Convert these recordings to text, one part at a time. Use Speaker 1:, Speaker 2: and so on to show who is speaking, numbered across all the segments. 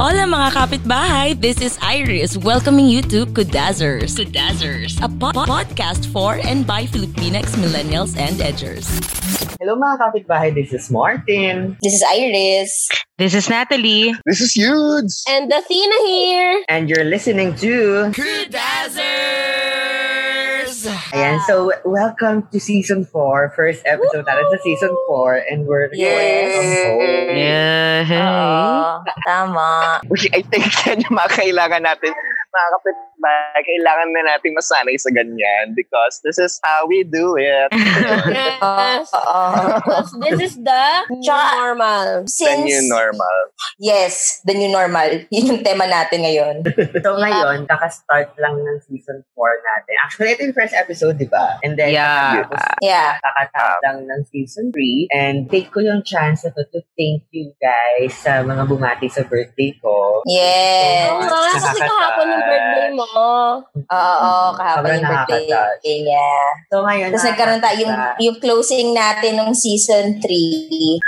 Speaker 1: Hola mga kapitbahay! This is Iris welcoming you to Kudazzers. Kudazzers. A po- podcast for and by Filipinx millennials and edgers.
Speaker 2: Hello mga kapitbahay, this is Martin.
Speaker 3: This is Iris.
Speaker 4: This is Natalie.
Speaker 5: This is huge.
Speaker 3: And Athena here.
Speaker 2: And you're listening to...
Speaker 1: Kudazzers!
Speaker 2: Ayan, so w- welcome to Season 4. First episode natin sa Season 4. And we're recording from
Speaker 3: Yes.
Speaker 2: home.
Speaker 4: Yeah.
Speaker 3: Oo, tama.
Speaker 5: Which I think yan yung mga kailangan natin. Mga kapitbahay, kailangan na natin masanay sa ganyan because this is how we do it.
Speaker 3: Yes.
Speaker 6: This is the
Speaker 3: Tsaka-
Speaker 6: normal.
Speaker 5: the new normal.
Speaker 3: Yes, the new normal. Yun yung tema natin ngayon.
Speaker 2: So
Speaker 6: Um,
Speaker 2: ngayon, kakastart lang ng Season 4 natin. Actually, ito yung first episode, di ba? And then,
Speaker 4: Yeah.
Speaker 2: kakatapos-
Speaker 3: Yeah.
Speaker 2: kakatapos lang ng Season 3. And take ko yung chance na to, to thank you guys sa mga bumati sa birthday ko.
Speaker 3: Yes.
Speaker 6: Oo nga, kasi kahapon yung birthday mo.
Speaker 3: Oo, kahapon
Speaker 2: Sobrang
Speaker 3: yung birthday.
Speaker 2: nakakatouch.
Speaker 3: Yeah.
Speaker 2: So ngayon, ah,
Speaker 3: Tapos nagkaroon tayo, yung, yung closing natin ng season 3,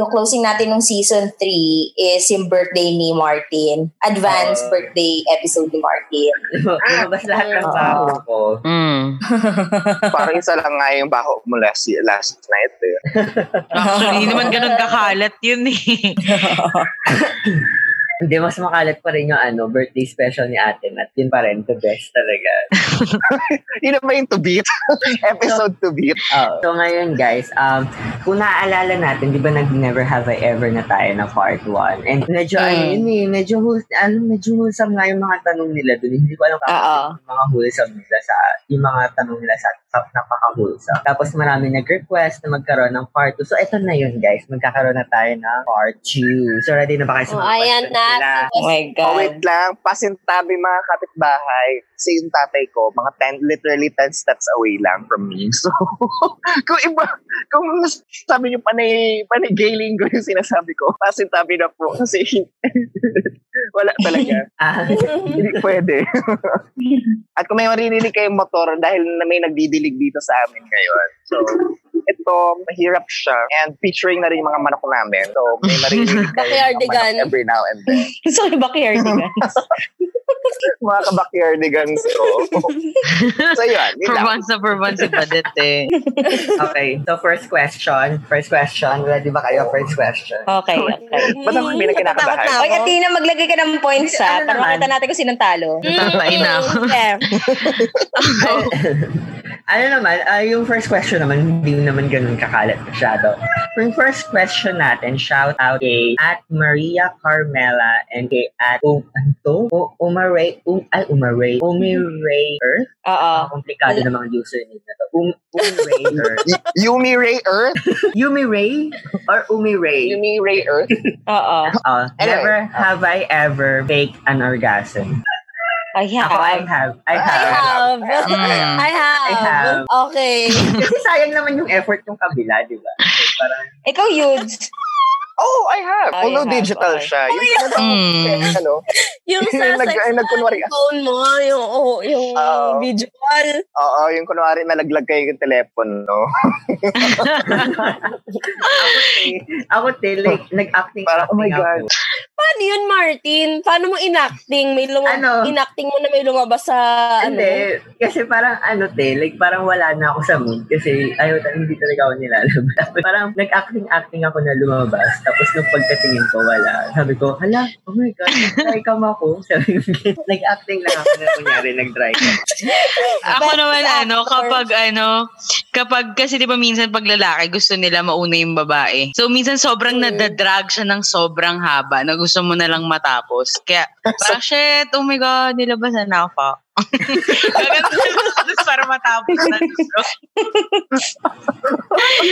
Speaker 3: yung closing natin ng season 3 is yung birthday ni Martin. Advance
Speaker 5: Oh.
Speaker 2: Oo.
Speaker 3: birthday episode ni Martin.
Speaker 2: ah, lumabas lahat ng
Speaker 3: Oo.
Speaker 2: baho ko.
Speaker 4: Mm.
Speaker 5: Parang isa lang nga yung baho mo last, last night. Eh.
Speaker 4: Actually, hindi naman ganun kakalat yun eh.
Speaker 2: Hindi, mas makalat pa rin yung ano, birthday special ni ate at yun pa rin, the best talaga.
Speaker 5: Yun na ba yung to beat? Episode to beat.
Speaker 6: Ah.
Speaker 2: So ngayon guys, um, kung naaalala natin, di ba nag Never Have I Ever na tayo na part 1. And medyo,
Speaker 6: Mm.
Speaker 2: ano yun eh, medyo, hul- ano, medyo wholesome nga yung mga tanong nila dun. Hindi ko alam kung ano
Speaker 3: Oo.
Speaker 2: yung mga wholesome nila sa, yung mga tanong nila sa, sa napaka-wholesome. Tapos marami nag-request na magkaroon ng part 2. So eto na yun guys, magkakaroon na tayo ng part 2. So ready na ba kayo sa
Speaker 6: Oh,
Speaker 2: mga
Speaker 6: ayan
Speaker 2: questions
Speaker 6: na.
Speaker 2: nila?
Speaker 3: Oh my
Speaker 5: Oh, wait lang. Pasintabi mga kapitbahay. Kasi yung tatay ko, mga 10, literally 10 steps away lang from me. So, kung iba, kung sabi niyo panay, panigaling ko yung sinasabi ko, pasintabi na po. Kasi, wala talaga.
Speaker 2: Ah,
Speaker 5: Hindi pwede. At kung may marinilig kayong motor, dahil na may nagdidilig dito sa amin ngayon. So, ito, mahirap siya. And featuring na rin yung mga manok namin. So, may marinilig kayong mga
Speaker 6: Backyardigan.
Speaker 5: manok every now and then
Speaker 4: Gusto ko backyard guys.
Speaker 5: mga kabackyardigans ko. so, yun. yun
Speaker 4: for
Speaker 5: lang.
Speaker 4: once na for once yung badit eh.
Speaker 2: Okay, so first question. First question. Ready ba kayo? First question.
Speaker 7: Okay, okay.
Speaker 5: Ba't ako may nagkinakabahan?
Speaker 7: Oy, Athena, maglagay ka ng points
Speaker 6: ah.
Speaker 2: Ano naman?
Speaker 7: ha, para
Speaker 2: Mm.
Speaker 7: makita natin kung sinong talo.
Speaker 4: Tatay na ako.
Speaker 7: Yeah.
Speaker 2: ano naman, ah, yung first question naman, hindi naman ganun kakalat masyado. For yung first question natin, shout out kay at Maria Carmela and kay at um, ano to? U- Umaray, um, ay Umaray, Umiray Earth?
Speaker 7: Oo.
Speaker 2: Ang komplikado ng mga username na to. Um, Umiray Earth.
Speaker 5: Y- Yumi Ray Earth?
Speaker 2: Umiray or Umiray?
Speaker 5: Yumi Ray Earth?
Speaker 7: Oo.
Speaker 2: Uh,
Speaker 5: Anyway.
Speaker 2: never have I ever faked an orgasm.
Speaker 7: Ay, yeah.
Speaker 2: Ako, I have. I
Speaker 6: I
Speaker 2: have.
Speaker 6: have.
Speaker 4: Mm.
Speaker 6: I have.
Speaker 2: I have.
Speaker 6: Okay.
Speaker 2: Kasi sayang naman yung effort yung kabila, di ba? So, parang,
Speaker 7: Ikaw, Yudes.
Speaker 5: Oh, I have.
Speaker 7: Oh, you have,
Speaker 5: Although digital
Speaker 7: okay.
Speaker 5: siya. Yung
Speaker 4: Mm.
Speaker 5: ano,
Speaker 6: Yung sa
Speaker 5: Yung nag-
Speaker 6: sex
Speaker 5: ay, nagkunwari
Speaker 6: na phone mo, yung, oh, yung
Speaker 5: Oo.
Speaker 6: visual.
Speaker 5: oo, yung kunwari nalaglag kayo yung telepono.
Speaker 2: ako te, like, nag-acting.
Speaker 5: Parang, oh my
Speaker 2: acting
Speaker 5: God.
Speaker 2: ako.
Speaker 6: Paano yun, Martin? Paano mo inacting? May lumab-
Speaker 2: Ano?
Speaker 6: Inacting mo na may lumabas sa,
Speaker 2: Hindi.
Speaker 6: ano?
Speaker 2: Kasi parang ano te, like parang wala na ako sa mood kasi ayaw ta, hindi talaga ako nilalabas. Tapos parang nag-acting-acting ako na lumabas. Tapos nung pagkatingin ko, wala. Sabi ko, hala, oh my God, nag-dry cam ako. Sabi ko, nag-acting lang ako na kunyari nag-dry cam.
Speaker 4: Ako naman
Speaker 6: Best
Speaker 4: ano,
Speaker 6: actor.
Speaker 4: kapag ano, kapag kasi di ba minsan pag lalaki gusto nila mauna yung babae. So minsan sobrang
Speaker 7: Mm.
Speaker 4: nadadrag siya ng sobrang haba na gusto mo na lang matapos. Kaya parang shit, oh my god, nilabasan na ako. Gaganda na para matapos na.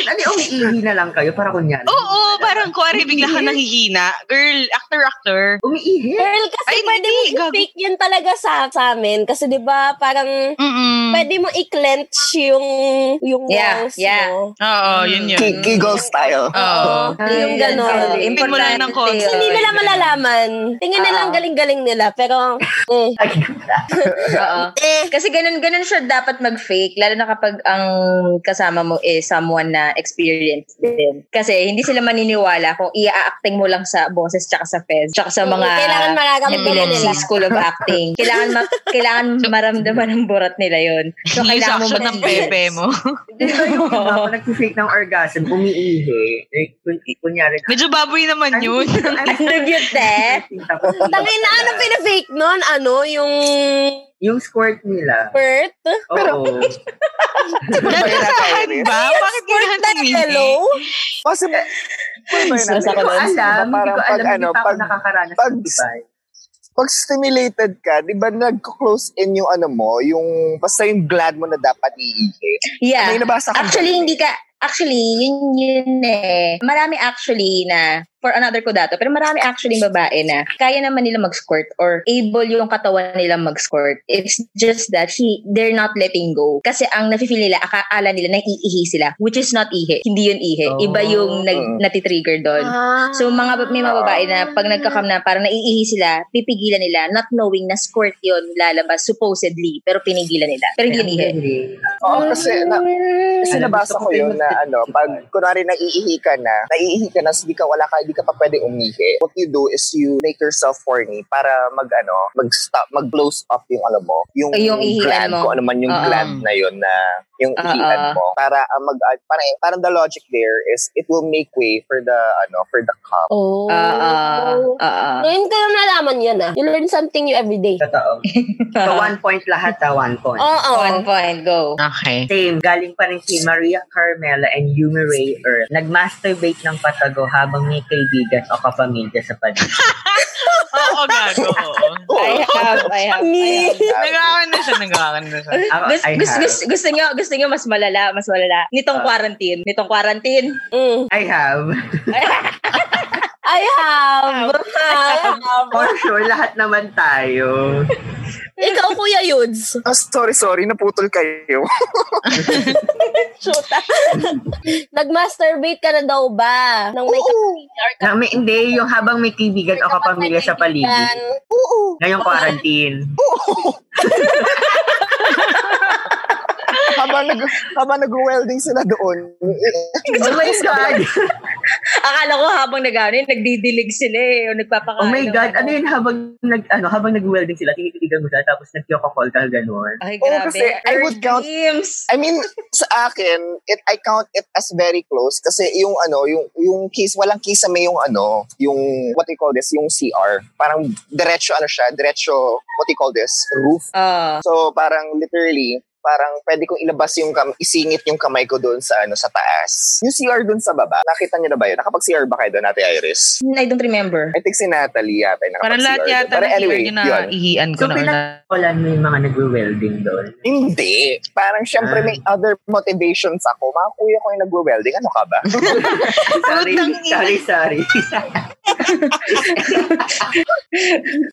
Speaker 2: Ano, umiihi na lang kayo para kunyari.
Speaker 4: Oo, parang kuwari bigla ka nanghihina. Girl, actor, actor.
Speaker 2: Umiihi.
Speaker 6: Girl, kasi
Speaker 4: Ay,
Speaker 6: pwede
Speaker 4: hindi,
Speaker 6: mo i-fake yan talaga sa, sa amin. Kasi di ba parang
Speaker 4: Mm-mm.
Speaker 6: pwede mo i-clench yung, yung
Speaker 7: Yeah,
Speaker 6: walls
Speaker 7: yeah.
Speaker 6: mo.
Speaker 4: Oo, yun yun.
Speaker 5: Ki- Kegel
Speaker 7: Mm.
Speaker 5: style.
Speaker 4: Oo.
Speaker 2: Ay,
Speaker 7: yung
Speaker 6: ganun.
Speaker 7: gano'n.
Speaker 4: Tingin mo lang ng
Speaker 7: Importante
Speaker 4: konti.
Speaker 7: yun.
Speaker 6: Hindi nila malalaman. Tingin nila ang galing-galing nila. Pero, eh,
Speaker 7: Oo. Kasi ganun-ganun siya dapat mag-fake. Lalo na kapag ang kasama mo is someone na experienced din. Kasi hindi sila maniniwala kung i-acting mo lang sa boses tsaka sa fez. Tsaka sa mga
Speaker 6: eh, kailangan mararamdaman
Speaker 7: epilepsy
Speaker 6: nila.
Speaker 7: school of acting. kailangan ma- kailangan maramdaman ng burat nila yun. So,
Speaker 4: Yung
Speaker 7: kailangan mo
Speaker 4: action ng pepe mo.
Speaker 2: Hindi ba yung iba, pag nag-fake ng orgasm, umiihi. Like, kun- kunyari.
Speaker 4: Medyo baboy naman yun.
Speaker 7: Tribute eh.
Speaker 2: Tapos,
Speaker 6: tangin na ano pinafake nun? Ano? Yung
Speaker 2: Yung squirt nila.
Speaker 6: birth?
Speaker 2: Oo.
Speaker 4: Nagkasahan ba? Bakit ginahan si Mimi?
Speaker 6: Hello?
Speaker 5: Possible.
Speaker 7: Stress
Speaker 2: Hindi ko
Speaker 7: ako nun.
Speaker 2: alam. Hindi ko
Speaker 5: Parang pag
Speaker 2: alam. Hindi
Speaker 5: ano,
Speaker 2: pa ako
Speaker 5: pag-
Speaker 2: nakakaranas
Speaker 5: pag-
Speaker 2: ng iba.
Speaker 5: pag stimulated ka, di ba nag-close in yung ano mo, yung basta yung glad mo na dapat iihi.
Speaker 7: Yeah.
Speaker 5: May nabasa ka.
Speaker 7: Actually, hindi ka, actually, yun yun eh. Marami actually na, for another ko dato, pero marami actually babae na kaya naman nila mag-squirt or able yung katawan nila mag-squirt. It's just that he, they're not letting go. Kasi ang nafe-feel nila, akala nila na iihi sila, which is not ihi. Hindi yun ihi. Iba yung nag, natitrigger doon.
Speaker 6: Ah.
Speaker 7: So mga ba- may mga babae na pag nagkakam na parang naiihi sila, pipigilan nila not knowing na squirt yun lalabas supposedly pero pinigilan nila. Pero hindi yun ihi.
Speaker 5: Oo, kasi, na, kasi
Speaker 2: Alam,
Speaker 5: nabasa
Speaker 2: gusto
Speaker 5: ko
Speaker 2: ko
Speaker 5: yun
Speaker 2: din mag-
Speaker 5: na ano, pag kunwari naiihi ka na, naiihi ka na, so di ka, wala ka, di ka pa pwede umihi. What you do is you make yourself horny para mag ano, mag-stop, mag-close up yung alam mo, yung,
Speaker 7: Ay, yung ihian
Speaker 5: gland,
Speaker 7: mo.
Speaker 5: kung ano man yung
Speaker 7: Oo.
Speaker 5: gland na yun na yung
Speaker 7: Oo.
Speaker 5: ihian mo. Para ah, mag, ah, parang, parang the logic there is it will make way for the ano, for the cup.
Speaker 6: Oh.
Speaker 7: Ah, ah, ah, ah.
Speaker 6: Ngayon ko lang nalaman yan ah. You learn something new every day.
Speaker 2: Totoo. So, one point lahat ha, one point.
Speaker 6: Oo.
Speaker 5: Oh.
Speaker 7: One point, go.
Speaker 4: Okay.
Speaker 2: Same, galing pa rin si Maria Carmela and Yumi Ray Earth. Nag-masturbate ng patago habang may kaibigan o kapamilya sa paligid.
Speaker 4: Oo, gago. oo.
Speaker 7: I have, I have. I have.
Speaker 4: Nagawan na siya, nagawan na siya.
Speaker 2: Ako, Oh,
Speaker 7: Gusto,
Speaker 2: I
Speaker 7: gusto,
Speaker 2: have.
Speaker 7: gusto, gusto nyo, gusto nyo mas malala, mas malala. Nitong quarantine, nitong quarantine.
Speaker 6: Mm.
Speaker 2: I have.
Speaker 6: I have. I have.
Speaker 2: For sure, lahat naman tayo.
Speaker 6: Ikaw, Kuya Yudes.
Speaker 5: Ah, sorry, sorry, naputol kayo.
Speaker 6: Shoot. Nag-masturbate ka na daw ba? Nang may kapatid or
Speaker 2: Na, may, hindi, yung habang may kaibigan o kapamilya sa
Speaker 6: kaibigan?
Speaker 2: paligid. Ngayong quarantine.
Speaker 5: habang nag habang nag-welding sila doon.
Speaker 2: Oh my God!
Speaker 7: Akala ko habang nag-ano yun, nagdidilig sila eh, o nagpapakain.
Speaker 2: Oh my
Speaker 7: ng
Speaker 2: God!
Speaker 7: ano.
Speaker 2: Ano yun habang nag, ano, habang nag-welding sila, tinititigan mo sila, tapos nag-call ka, ganun.
Speaker 7: Ay,
Speaker 5: Oo,
Speaker 7: grabe.
Speaker 5: kasi I
Speaker 7: Earth
Speaker 5: would count-
Speaker 7: Dreams.
Speaker 5: I mean, sa akin, it I count it as very close kasi yung ano, yung yung kiss, walang kiss sa may yung ano, yung what do you call this, yung CR. Parang diretso ano siya, diretso what do you call this, roof.
Speaker 7: Ah.
Speaker 5: So parang literally, parang pwede kong ilabas yung kam isingit yung kamay ko doon sa ano sa taas. Yung CR doon sa baba, nakita niyo na ba yun? Nakapag CR ba kayo doon, Ate Iris?
Speaker 7: I don't remember.
Speaker 5: I think si Natalie yata yung
Speaker 4: Parang
Speaker 5: nakapag CR.
Speaker 4: lahat yata
Speaker 5: Pero
Speaker 4: na
Speaker 5: anyway,
Speaker 4: yun na
Speaker 5: yun.
Speaker 4: ihian
Speaker 2: So,
Speaker 4: ko na ulit.
Speaker 2: pinag-callan mo yung mga nag-welding doon.
Speaker 5: Hindi. Parang syempre may other motivations ako. Mga kuya ko yung nagwe-welding. Ano ka ba?
Speaker 2: Sorry, sorry, sorry. okay,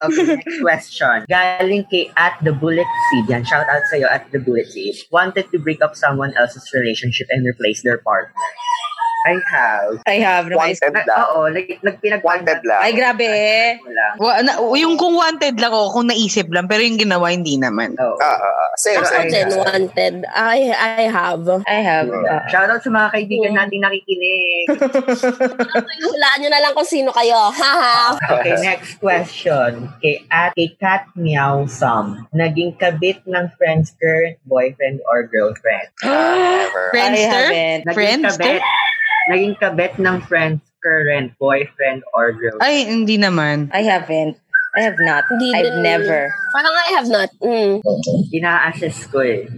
Speaker 2: next question. Galing kay at the bullet seed. Yan, shout out sa'yo at the bullet seed. Wanted to break up someone else's relationship and replace their partner. I have.
Speaker 7: I have. No, I-
Speaker 5: Wanted
Speaker 2: Na,
Speaker 5: lang.
Speaker 2: Ah, oo, like,
Speaker 5: Wanted
Speaker 2: nagpinag-wanted
Speaker 5: lang.
Speaker 7: Ay, grabe eh.
Speaker 2: lang.
Speaker 4: Wa, na, yung kung wanted lang ako, kung naisip lang, pero yung ginawa, hindi naman.
Speaker 2: Oo.
Speaker 5: Ah, ah, ah. Sir,
Speaker 2: Ako
Speaker 6: Ako
Speaker 5: ay,
Speaker 6: din, wanted. I, I have.
Speaker 7: I have. ah.
Speaker 2: Shout out sa mga kaibigan natin nakikinig.
Speaker 6: Hulaan nyo na lang kung sino kayo. Haha.
Speaker 2: Okay, next question. Kay at kay Kat Meow Sam, naging kabit ng friend's current boyfriend or girlfriend.
Speaker 5: never.
Speaker 4: Friendster?
Speaker 7: haven't.
Speaker 2: Naging
Speaker 4: Friendster?
Speaker 2: kabit. Naging kabit ng friend's current boyfriend or girlfriend.
Speaker 4: Ay, hindi naman.
Speaker 7: I haven't. I have not.
Speaker 6: Hindi
Speaker 7: I've
Speaker 6: din.
Speaker 7: never.
Speaker 6: Parang I have not. Mm.
Speaker 2: Ina-assess ko eh.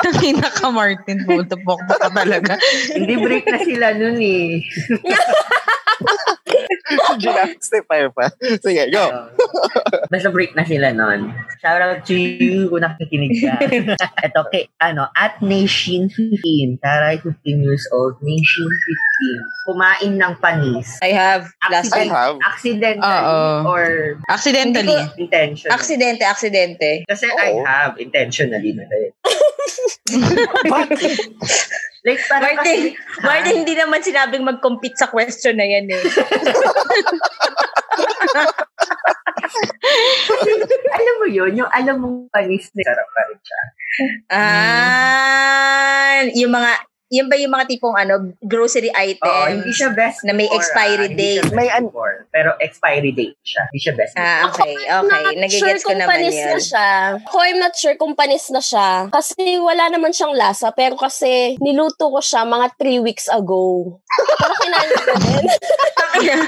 Speaker 4: Tangina ka, Martin. Putupok ka talaga.
Speaker 2: Hindi break na sila nun eh.
Speaker 5: Gymnastifier pa. Sige, go.
Speaker 2: Nasa break na sila nun. Shoutout to you kung nakikinig ka. Ito, kay, ano, at Nation15. Taray, 15 years old. Nation15. Kumain ng panis.
Speaker 7: I have last
Speaker 5: I
Speaker 7: week.
Speaker 5: have.
Speaker 2: ah. Accidentally
Speaker 4: Oo.
Speaker 2: or
Speaker 4: Accidentally.
Speaker 2: intentionally.
Speaker 7: Aksidente, aksidente.
Speaker 2: Kasi I
Speaker 5: Oo.
Speaker 2: have intentionally na rin.
Speaker 5: Bakit?
Speaker 2: Like, parang
Speaker 7: Martin,
Speaker 2: kasi,
Speaker 7: Martin, hindi naman sinabing mag-compete sa question na yan eh.
Speaker 2: alam mo yun, yung alam mong panis na sarap pa rin siya.
Speaker 7: Ah, yung mga, yun ba yung mga tipong ano, grocery items?
Speaker 2: Oo, hindi siya best
Speaker 7: Na may
Speaker 2: before, ah,
Speaker 7: expiry
Speaker 2: hindi siya
Speaker 7: date.
Speaker 2: best
Speaker 5: May an-
Speaker 2: before, pero expiry date siya. Hindi siya best before.
Speaker 7: Ah, okay, okay.
Speaker 6: Not
Speaker 7: Nagigets
Speaker 6: sure
Speaker 7: ko
Speaker 6: kung
Speaker 7: naman
Speaker 6: panis
Speaker 7: yun.
Speaker 6: na siya. Ako, I'm not sure kung panis na siya. Kasi wala naman siyang lasa. Pero kasi niluto ko siya mga three weeks ago. Pero kinain ko din.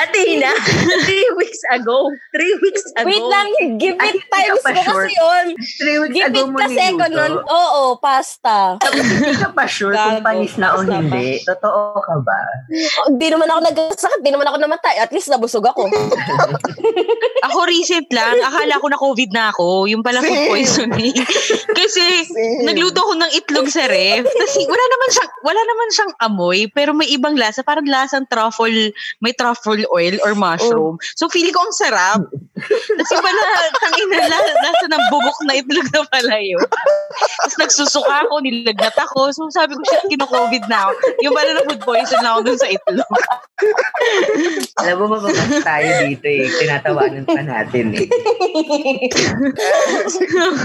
Speaker 7: Athena, three weeks ago. Three weeks ago.
Speaker 6: Wait lang, give
Speaker 2: Ay,
Speaker 6: it
Speaker 2: hindi
Speaker 6: times
Speaker 2: ka pa
Speaker 6: mo
Speaker 2: sure.
Speaker 6: kasi yun.
Speaker 2: Three weeks
Speaker 6: Give
Speaker 2: ago
Speaker 6: it
Speaker 2: mo
Speaker 6: pa second nun.
Speaker 2: niluto.
Speaker 6: Oo, pasta.
Speaker 2: Hindi ka pa sure kung
Speaker 7: Gago.
Speaker 2: panis na o
Speaker 7: Basta ba?
Speaker 2: hindi. Totoo ka ba?
Speaker 6: Hindi naman ako nagkasakit, hindi naman ako namatay. At least nabusog ako.
Speaker 4: Ako recent lang, akala ko na COVID na ako. Yung pala food
Speaker 5: Same.
Speaker 4: poisoning. Kasi
Speaker 5: Same.
Speaker 4: nagluto ko ng itlog sa ref. Tapos wala naman siyang wala naman siyang amoy, pero may ibang lasa, parang lasang truffle, may truffle oil or mushroom. So feeling ko ang sarap. Tapos yung pala tangin na la- lasa ng bubok na itlog na pala yun. Tapos nagsusuka ako, nilagnat ako. So sabi ko, shit, kino-COVID na ako. Yung pala na food poison na ako dun sa itlog.
Speaker 2: Alam mo, mababas tayo dito eh. Tinatawanan pa natin eh.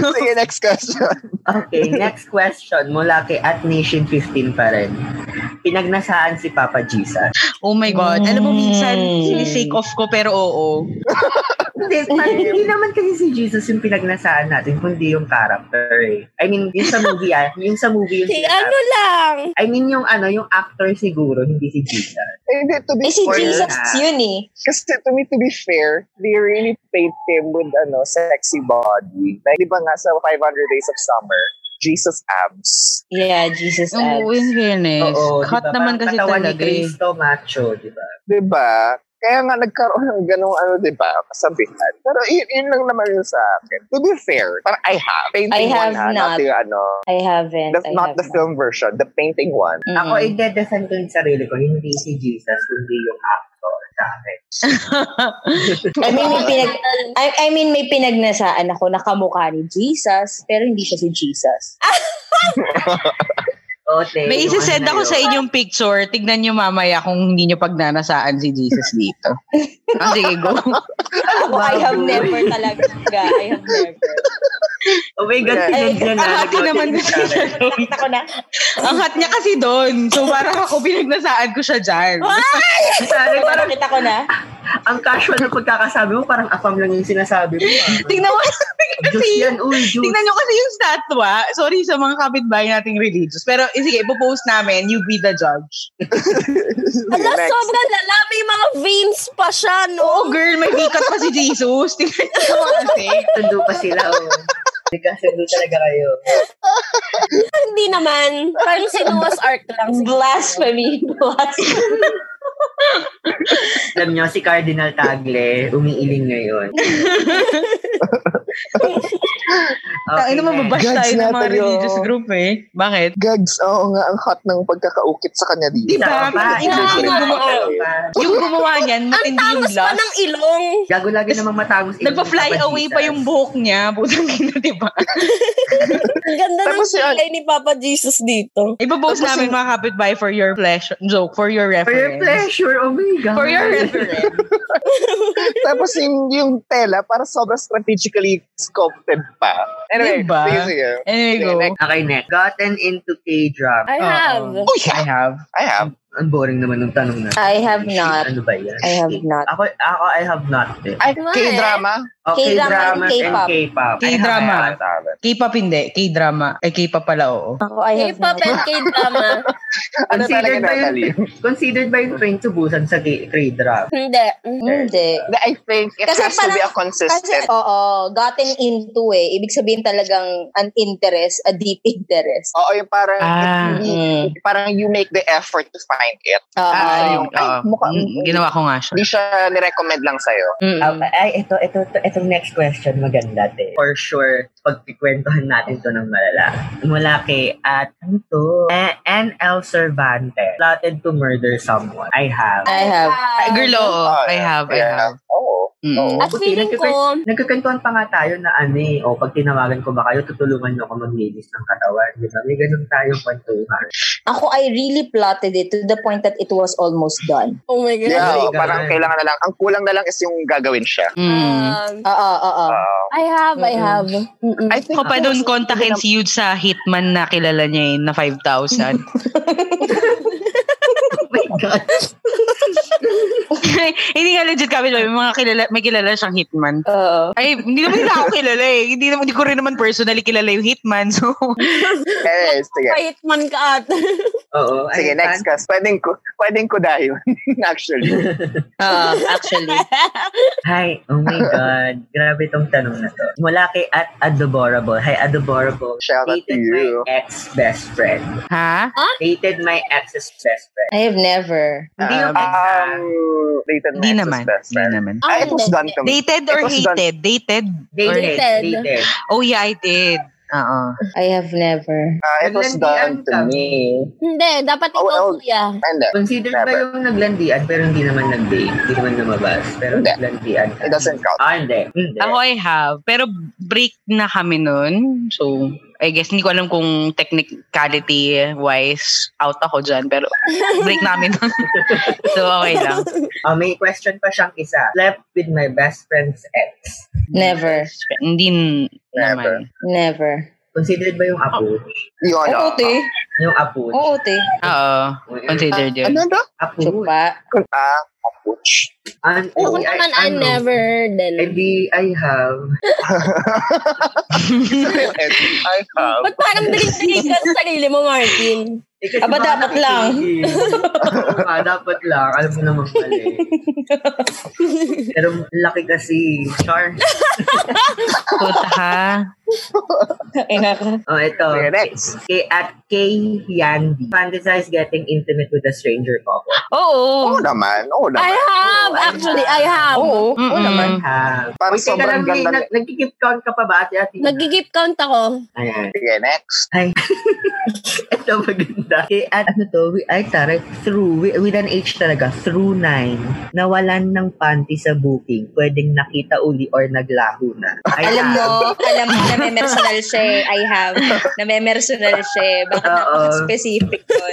Speaker 5: Sige, next question.
Speaker 2: Okay, next question mula kay at Nation 15 pa rin. Pinagnasaan si Papa Jesus.
Speaker 4: Oh my God. Alam mo, minsan,
Speaker 2: Mm.
Speaker 4: sinisake off ko, pero oo.
Speaker 2: Hindi, parang hindi naman kasi si Jesus yung pinagnasaan natin, kundi yung character eh. I mean, yung sa movie, ah, yung sa movie yung
Speaker 6: Si
Speaker 2: sinasabi.
Speaker 6: ano lang.
Speaker 2: I mean, yung ano, yung actor siguro, hindi si Jesus.
Speaker 5: Hindi, to be
Speaker 3: Eh, si
Speaker 5: fair,
Speaker 3: Jesus
Speaker 7: Ah.
Speaker 2: na.
Speaker 3: yun eh.
Speaker 5: kasi to me, to be fair, they really paint him with ano, sexy body. Like, di ba nga sa 500 Days of Summer, Jesus abs.
Speaker 7: Yeah, Jesus
Speaker 4: Oo, in fairness.
Speaker 2: Oo,
Speaker 4: Hot
Speaker 2: diba?
Speaker 4: naman
Speaker 2: Parang
Speaker 4: kasi
Speaker 2: katawan
Speaker 4: talaga
Speaker 2: ni
Speaker 4: eh.
Speaker 2: Cristo macho, di ba?
Speaker 5: Di ba? Diba? Kaya nga nagkaroon ng ganong ano, di ba, kasabihan. Pero yun, yun lang naman yun sa akin. To be fair, parang I have. Painting
Speaker 7: I have
Speaker 5: one, ha,
Speaker 7: not.
Speaker 5: yung ano,
Speaker 7: I haven't.
Speaker 5: the- not the film version, the painting one.
Speaker 4: Mm.
Speaker 2: Ako, i-defend ko yung sarili ko, hindi si Jesus, kundi yung actor sa akin.
Speaker 7: I mean, may pinag I, I mean, may pinagnasaan ako na kamukha ni Jesus, pero hindi siya si Jesus.
Speaker 2: Ote,
Speaker 4: May
Speaker 2: yung ano
Speaker 4: isisend
Speaker 2: na
Speaker 4: ako sa
Speaker 2: yun.
Speaker 4: inyong picture. Tignan nyo mamaya kung hindi nyo pagnanasaan si Jesus dito. Ah, sige, go.
Speaker 7: Ako, I have
Speaker 2: Baboy.
Speaker 7: never talaga. I have never.
Speaker 2: Oh my God,
Speaker 5: Ay,
Speaker 2: pinagyan na.
Speaker 4: ang hati naman kasi niya doon.
Speaker 7: Ako na.
Speaker 4: Ang hot niya kasi doon. So, parang ako pinagnasaan ko siya dyan.
Speaker 2: Sorry, parang
Speaker 7: Nakita ko na.
Speaker 2: ang casual na pagkakasabi mo, parang afam lang yung sinasabi mo. ah.
Speaker 4: Tingnan mo.
Speaker 2: Diyos
Speaker 4: kasi,
Speaker 2: yan, uy, Diyos.
Speaker 4: tingnan nyo kasi yung statwa. Sorry sa mga kapitbahay nating religious. Pero, eh, sige, ipopost namin. You be the judge.
Speaker 6: Ala,
Speaker 5: Next.
Speaker 6: sobrang lala. May mga veins pa siya,
Speaker 4: Oo,
Speaker 6: no?
Speaker 4: Oh, girl. May bikat pa si Jesus. Tingnan nyo kasi.
Speaker 2: Sundo pa sila, oh. Nagkasundo talaga kayo.
Speaker 6: Hindi naman. Parang si Noah's Ark lang.
Speaker 7: Blasphemy. Blasphemy.
Speaker 2: Alam nyo, si Cardinal Tagle, umiiling ngayon.
Speaker 4: Okay, ano
Speaker 2: next.
Speaker 4: mababash
Speaker 5: Judge
Speaker 4: tayo ng mga
Speaker 5: natin yun.
Speaker 4: religious group eh. Bakit?
Speaker 5: Gags, oo nga, ang hot ng pagkakaukit sa kanya dito. Diba?
Speaker 2: Isa
Speaker 4: Isa pa,
Speaker 7: Diba?
Speaker 2: pa.
Speaker 4: isa
Speaker 2: Isa
Speaker 4: pa.
Speaker 2: pa.
Speaker 4: Yung gumawa niyan,
Speaker 6: Ang
Speaker 4: matindi yung
Speaker 6: tangos pa
Speaker 4: last.
Speaker 6: ng ilong.
Speaker 2: Gago lagi namang matangos. ilong
Speaker 4: Nagpa-fly
Speaker 2: Papa
Speaker 4: away pa
Speaker 2: Jesus.
Speaker 4: yung buhok niya. Putang ina, di ba?
Speaker 6: Ang ganda ng
Speaker 5: Tapos yun.
Speaker 6: kulay ni Papa Jesus dito.
Speaker 4: Ipapost
Speaker 5: Tapos
Speaker 4: namin mga kapitbahay for your pleasure. Joke, for your
Speaker 2: For your
Speaker 4: reference.
Speaker 2: pleasure, oh my God.
Speaker 4: For your reference.
Speaker 5: Tapos yung, yung tela, para sobrang strategically sculpted pa. Anyway,
Speaker 4: Diba?
Speaker 5: sige, sige.
Speaker 4: Anyway, go.
Speaker 5: Next.
Speaker 2: Okay, next. Gotten into K-drama.
Speaker 4: Ah,
Speaker 6: I have.
Speaker 4: Oo.
Speaker 5: Oh,
Speaker 2: I
Speaker 5: yeah,
Speaker 2: have.
Speaker 5: I have.
Speaker 2: Ang boring naman ng tanong na.
Speaker 7: I have
Speaker 2: Shit,
Speaker 7: not.
Speaker 2: Ano ba yan?
Speaker 7: I have not.
Speaker 2: Ako, ako I have not. Eh.
Speaker 5: Ay,
Speaker 6: Why?
Speaker 5: K-drama?
Speaker 2: Okay,
Speaker 7: K-drama
Speaker 2: dramas
Speaker 7: and
Speaker 2: and K-pop. I have
Speaker 4: K-drama.
Speaker 2: I have, I have.
Speaker 4: K-pop hindi. K-drama. Ay, K-pop pala, oo.
Speaker 6: Uh,
Speaker 7: Ako, I have
Speaker 6: K-pop
Speaker 7: not.
Speaker 6: and K-drama.
Speaker 5: Ano talaga,
Speaker 2: Considered ba
Speaker 5: Natalie?
Speaker 2: yung, considered ba yung train to Busan sa K- K-drama?
Speaker 6: Hindi.
Speaker 7: Hindi.
Speaker 5: I think it
Speaker 7: Kasi
Speaker 5: has to be a
Speaker 7: parang- Kasi,
Speaker 5: consistent.
Speaker 7: oo, gotten into eh. Ibig sabihin talagang an interest, a deep interest.
Speaker 5: Oo, yung parang,
Speaker 4: Ah,
Speaker 5: it's really- parang you make the effort to find find it.
Speaker 3: Oo.
Speaker 5: Ah, yung, ay,
Speaker 4: Oo.
Speaker 5: mukha,
Speaker 4: Mm, Ginawa ko nga siya.
Speaker 5: Hindi siya nirecommend lang sa'yo.
Speaker 7: Mm-mm.
Speaker 2: Ah, ay, ito, ito, ito, itong next question maganda, te. For sure, pagkikwentuhan natin to ng malala. Mula kay, at, ano to? A- NL Cervantes, plotted to murder someone. I have.
Speaker 7: I have.
Speaker 4: Ay, Girl, oo.
Speaker 5: Ah,
Speaker 4: Oh, I have, I
Speaker 5: yeah.
Speaker 4: have.
Speaker 5: Oo.
Speaker 4: Mm.
Speaker 5: Oo.
Speaker 6: At
Speaker 2: Buti,
Speaker 6: feeling
Speaker 2: nagkikwen-
Speaker 6: ko,
Speaker 2: Nagkakwentuhan pa nga tayo na ano eh, o pag tinawagan ko ba kayo, tutulungan niyo ako maglinis ng katawan. Di ba? May ganun tayong kwentuhan.
Speaker 3: Ako, I really plotted it to the point that it was almost done.
Speaker 6: oh my God.
Speaker 5: Yeah, oo,
Speaker 2: Ganun.
Speaker 5: parang kailangan na lang. Ang kulang na lang is yung gagawin siya. Ah,
Speaker 4: Mm.
Speaker 6: Um,
Speaker 3: Oo, oo, oo.
Speaker 5: Oo.
Speaker 6: I have, I have. Mm-mm.
Speaker 5: I think
Speaker 4: Ako pa doon kontakin si Yude sa hitman na kilala niya yun na 5,000.
Speaker 2: Oh my God.
Speaker 4: hindi nga legit kami lang. May mga kilala, may kilala siyang hitman.
Speaker 3: Oo.
Speaker 4: Ay, hindi naman nila ako kilala eh. Hindi, naman, hindi ko rin naman personally kilala yung hitman. So,
Speaker 5: Eh, sige.
Speaker 6: Kahit man ka at.
Speaker 2: Oo.
Speaker 5: Sige,
Speaker 2: ano,
Speaker 5: next cast. Pwedeng, ku- pwedeng ko yun, actually.
Speaker 7: Oo, actually.
Speaker 2: Hi, oh my God. Grabe tong tanong na to. Mula kay at adorable. Hi, adorable.
Speaker 5: Shout out to
Speaker 2: Dated eh.
Speaker 5: you.
Speaker 2: my ex-best friend.
Speaker 4: ha?
Speaker 2: Dated my ex's best friend.
Speaker 7: I have never.
Speaker 2: Hindi yung
Speaker 5: Um, um, Nathan
Speaker 4: Hindi
Speaker 5: Max's
Speaker 4: naman.
Speaker 5: best
Speaker 4: Hindi
Speaker 5: friend.
Speaker 4: naman.
Speaker 5: Ah, it was done to me.
Speaker 4: Dated or
Speaker 5: It was done-
Speaker 4: hated? Dated?
Speaker 2: Dated.
Speaker 6: Dated.
Speaker 2: Dated.
Speaker 4: Oh yeah, I did. Oo.
Speaker 7: I have never.
Speaker 5: Ah, it was done to me.
Speaker 6: Hindi, dapat
Speaker 5: Oh,
Speaker 6: ikaw,
Speaker 5: oh.
Speaker 6: kuya.
Speaker 5: Hindi.
Speaker 2: Consider ba
Speaker 5: Never.
Speaker 2: yung naglandian pero hindi naman nag-date? Hindi naman lumabas. Pero
Speaker 5: Hindi.
Speaker 2: naglandian ka.
Speaker 5: It doesn't count.
Speaker 2: Ah, hindi. Hindi.
Speaker 4: Ako I have. Pero break na kami nun. So, I guess hindi ko alam kung technicality wise out ako dyan. Pero break namin nun. so, okay lang.
Speaker 2: Ah, may question pa siyang isa. Slept with my best friend's ex.
Speaker 7: Never.
Speaker 4: Hindi n-
Speaker 5: Never.
Speaker 4: naman.
Speaker 7: Never.
Speaker 2: Considered ba yung
Speaker 4: Oh.
Speaker 2: apo?
Speaker 5: Yun,
Speaker 7: Oo,
Speaker 5: oh,
Speaker 7: te.
Speaker 2: Yung apo.
Speaker 7: Oo, te.
Speaker 4: Oo. Oh. Considered yun.
Speaker 5: Ano daw?
Speaker 2: Apo.
Speaker 7: Chupa.
Speaker 5: Ah, kapuch.
Speaker 2: An-
Speaker 6: Ako naman, I
Speaker 2: ano?
Speaker 6: never
Speaker 2: Eh
Speaker 6: din.
Speaker 2: di, I have.
Speaker 5: I have.
Speaker 6: Ba't parang dinig-dinig ka sa sarili mo, Martin?
Speaker 2: Eh, kasi
Speaker 7: Aba,
Speaker 2: baka
Speaker 7: dapat lang.
Speaker 2: nakikinig. Oo nga, dapat lang. Alam mo naman pala eh. Pero laki kasi. Char.
Speaker 4: Puta ka.
Speaker 7: Ina ka.
Speaker 2: Oh, ito.
Speaker 5: Sige, next.
Speaker 2: Kay, at kay Yandy. Fantasize getting intimate with a stranger couple.
Speaker 4: Oo.
Speaker 7: Oh.
Speaker 5: Oo naman. Oo naman.
Speaker 6: I have, actually, I have.
Speaker 7: Oo.
Speaker 4: Oo
Speaker 7: Hmm.
Speaker 4: naman.
Speaker 2: Ah,
Speaker 5: Parang
Speaker 2: Uy, teka lang,
Speaker 5: sobrang
Speaker 2: may
Speaker 5: ganda.
Speaker 2: nag- nagkikip count ka pa ba, ate ate?
Speaker 6: Nag-give count ako.
Speaker 2: Ayan.
Speaker 5: Sige, next.
Speaker 2: Ay. ito maganda. Kay, at ano to? We, ay, taray. Through. With, with an H talaga. Through nine. Nawalan ng panty sa booking. Pwedeng nakita uli or naglaho na. I
Speaker 7: Alam
Speaker 2: have.
Speaker 7: mo, alam mo, namemersonal siya eh. I have. Namemersonal siya eh. Bakit
Speaker 2: Oo.
Speaker 7: napaka-specific nun?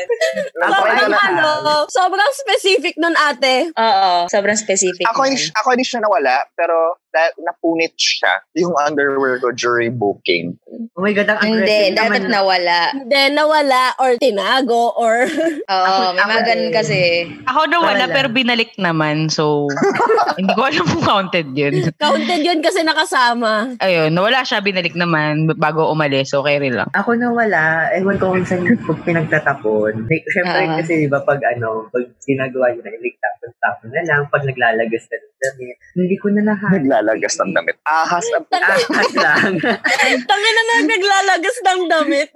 Speaker 5: Ako,
Speaker 2: Ay,
Speaker 6: Sobrang
Speaker 5: na-
Speaker 6: ano, sobrang specific nun ate.
Speaker 7: Oo. Sobrang specific.
Speaker 5: ako,
Speaker 7: nun.
Speaker 5: hindi, ako hindi siya nawala, pero na, napunit siya yung underwear ko during booking.
Speaker 2: Oh my God, ang aggressive
Speaker 7: Hindi, dapat
Speaker 2: naman.
Speaker 7: nawala.
Speaker 6: Then nawala or tinago or
Speaker 7: Oo, may mga ganun kasi.
Speaker 4: Ako nawala
Speaker 2: Wala.
Speaker 4: pero binalik naman. So, hindi ko alam kung counted yun.
Speaker 6: counted yun kasi nakasama.
Speaker 4: Ayun, nawala siya, binalik naman bago umalis. So, okay rin lang.
Speaker 2: Ako nawala, ewan ko kung saan yung pinagtatapon. Like, Siyempre
Speaker 7: Oo.
Speaker 2: kasi, di ba, pag ano, pag ginagawa yun, like, tapon-tapon na lang, pag naglalagas na ng dami, hindi ko na
Speaker 7: Ah.
Speaker 2: nahanap.
Speaker 5: Naglalagas ng damit. Ahas ang
Speaker 2: Ahas lang.
Speaker 6: Tangin na na naglalagas ng damit.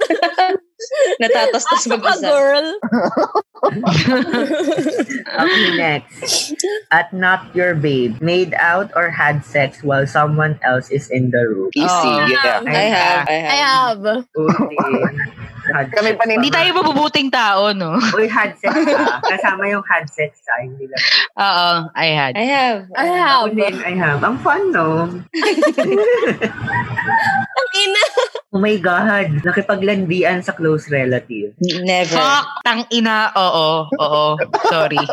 Speaker 7: Natatastas
Speaker 6: Pa
Speaker 7: mag-isa.
Speaker 6: girl.
Speaker 2: okay, next. At not your babe. Made out or had sex while someone else is in the room.
Speaker 5: easy.
Speaker 7: Oh,
Speaker 4: Oo.
Speaker 5: Yeah.
Speaker 7: I have, I
Speaker 6: I
Speaker 7: have.
Speaker 6: have.
Speaker 2: Okay. Had
Speaker 5: Kami
Speaker 2: sex
Speaker 5: pa nin-
Speaker 4: Hindi tayo mabubuting tao, no?
Speaker 2: Uy, had sex ka. Kasama yung had sex ka. Hindi lang.
Speaker 4: Oo, I had.
Speaker 7: I have.
Speaker 6: I
Speaker 2: Ako
Speaker 6: have.
Speaker 2: din, I have. Ang fun, no?
Speaker 6: Ang ina.
Speaker 2: Oh my God. Nakipaglandian sa close relative.
Speaker 7: Never.
Speaker 4: Fuck, tang ina. Oo, oo, sorry.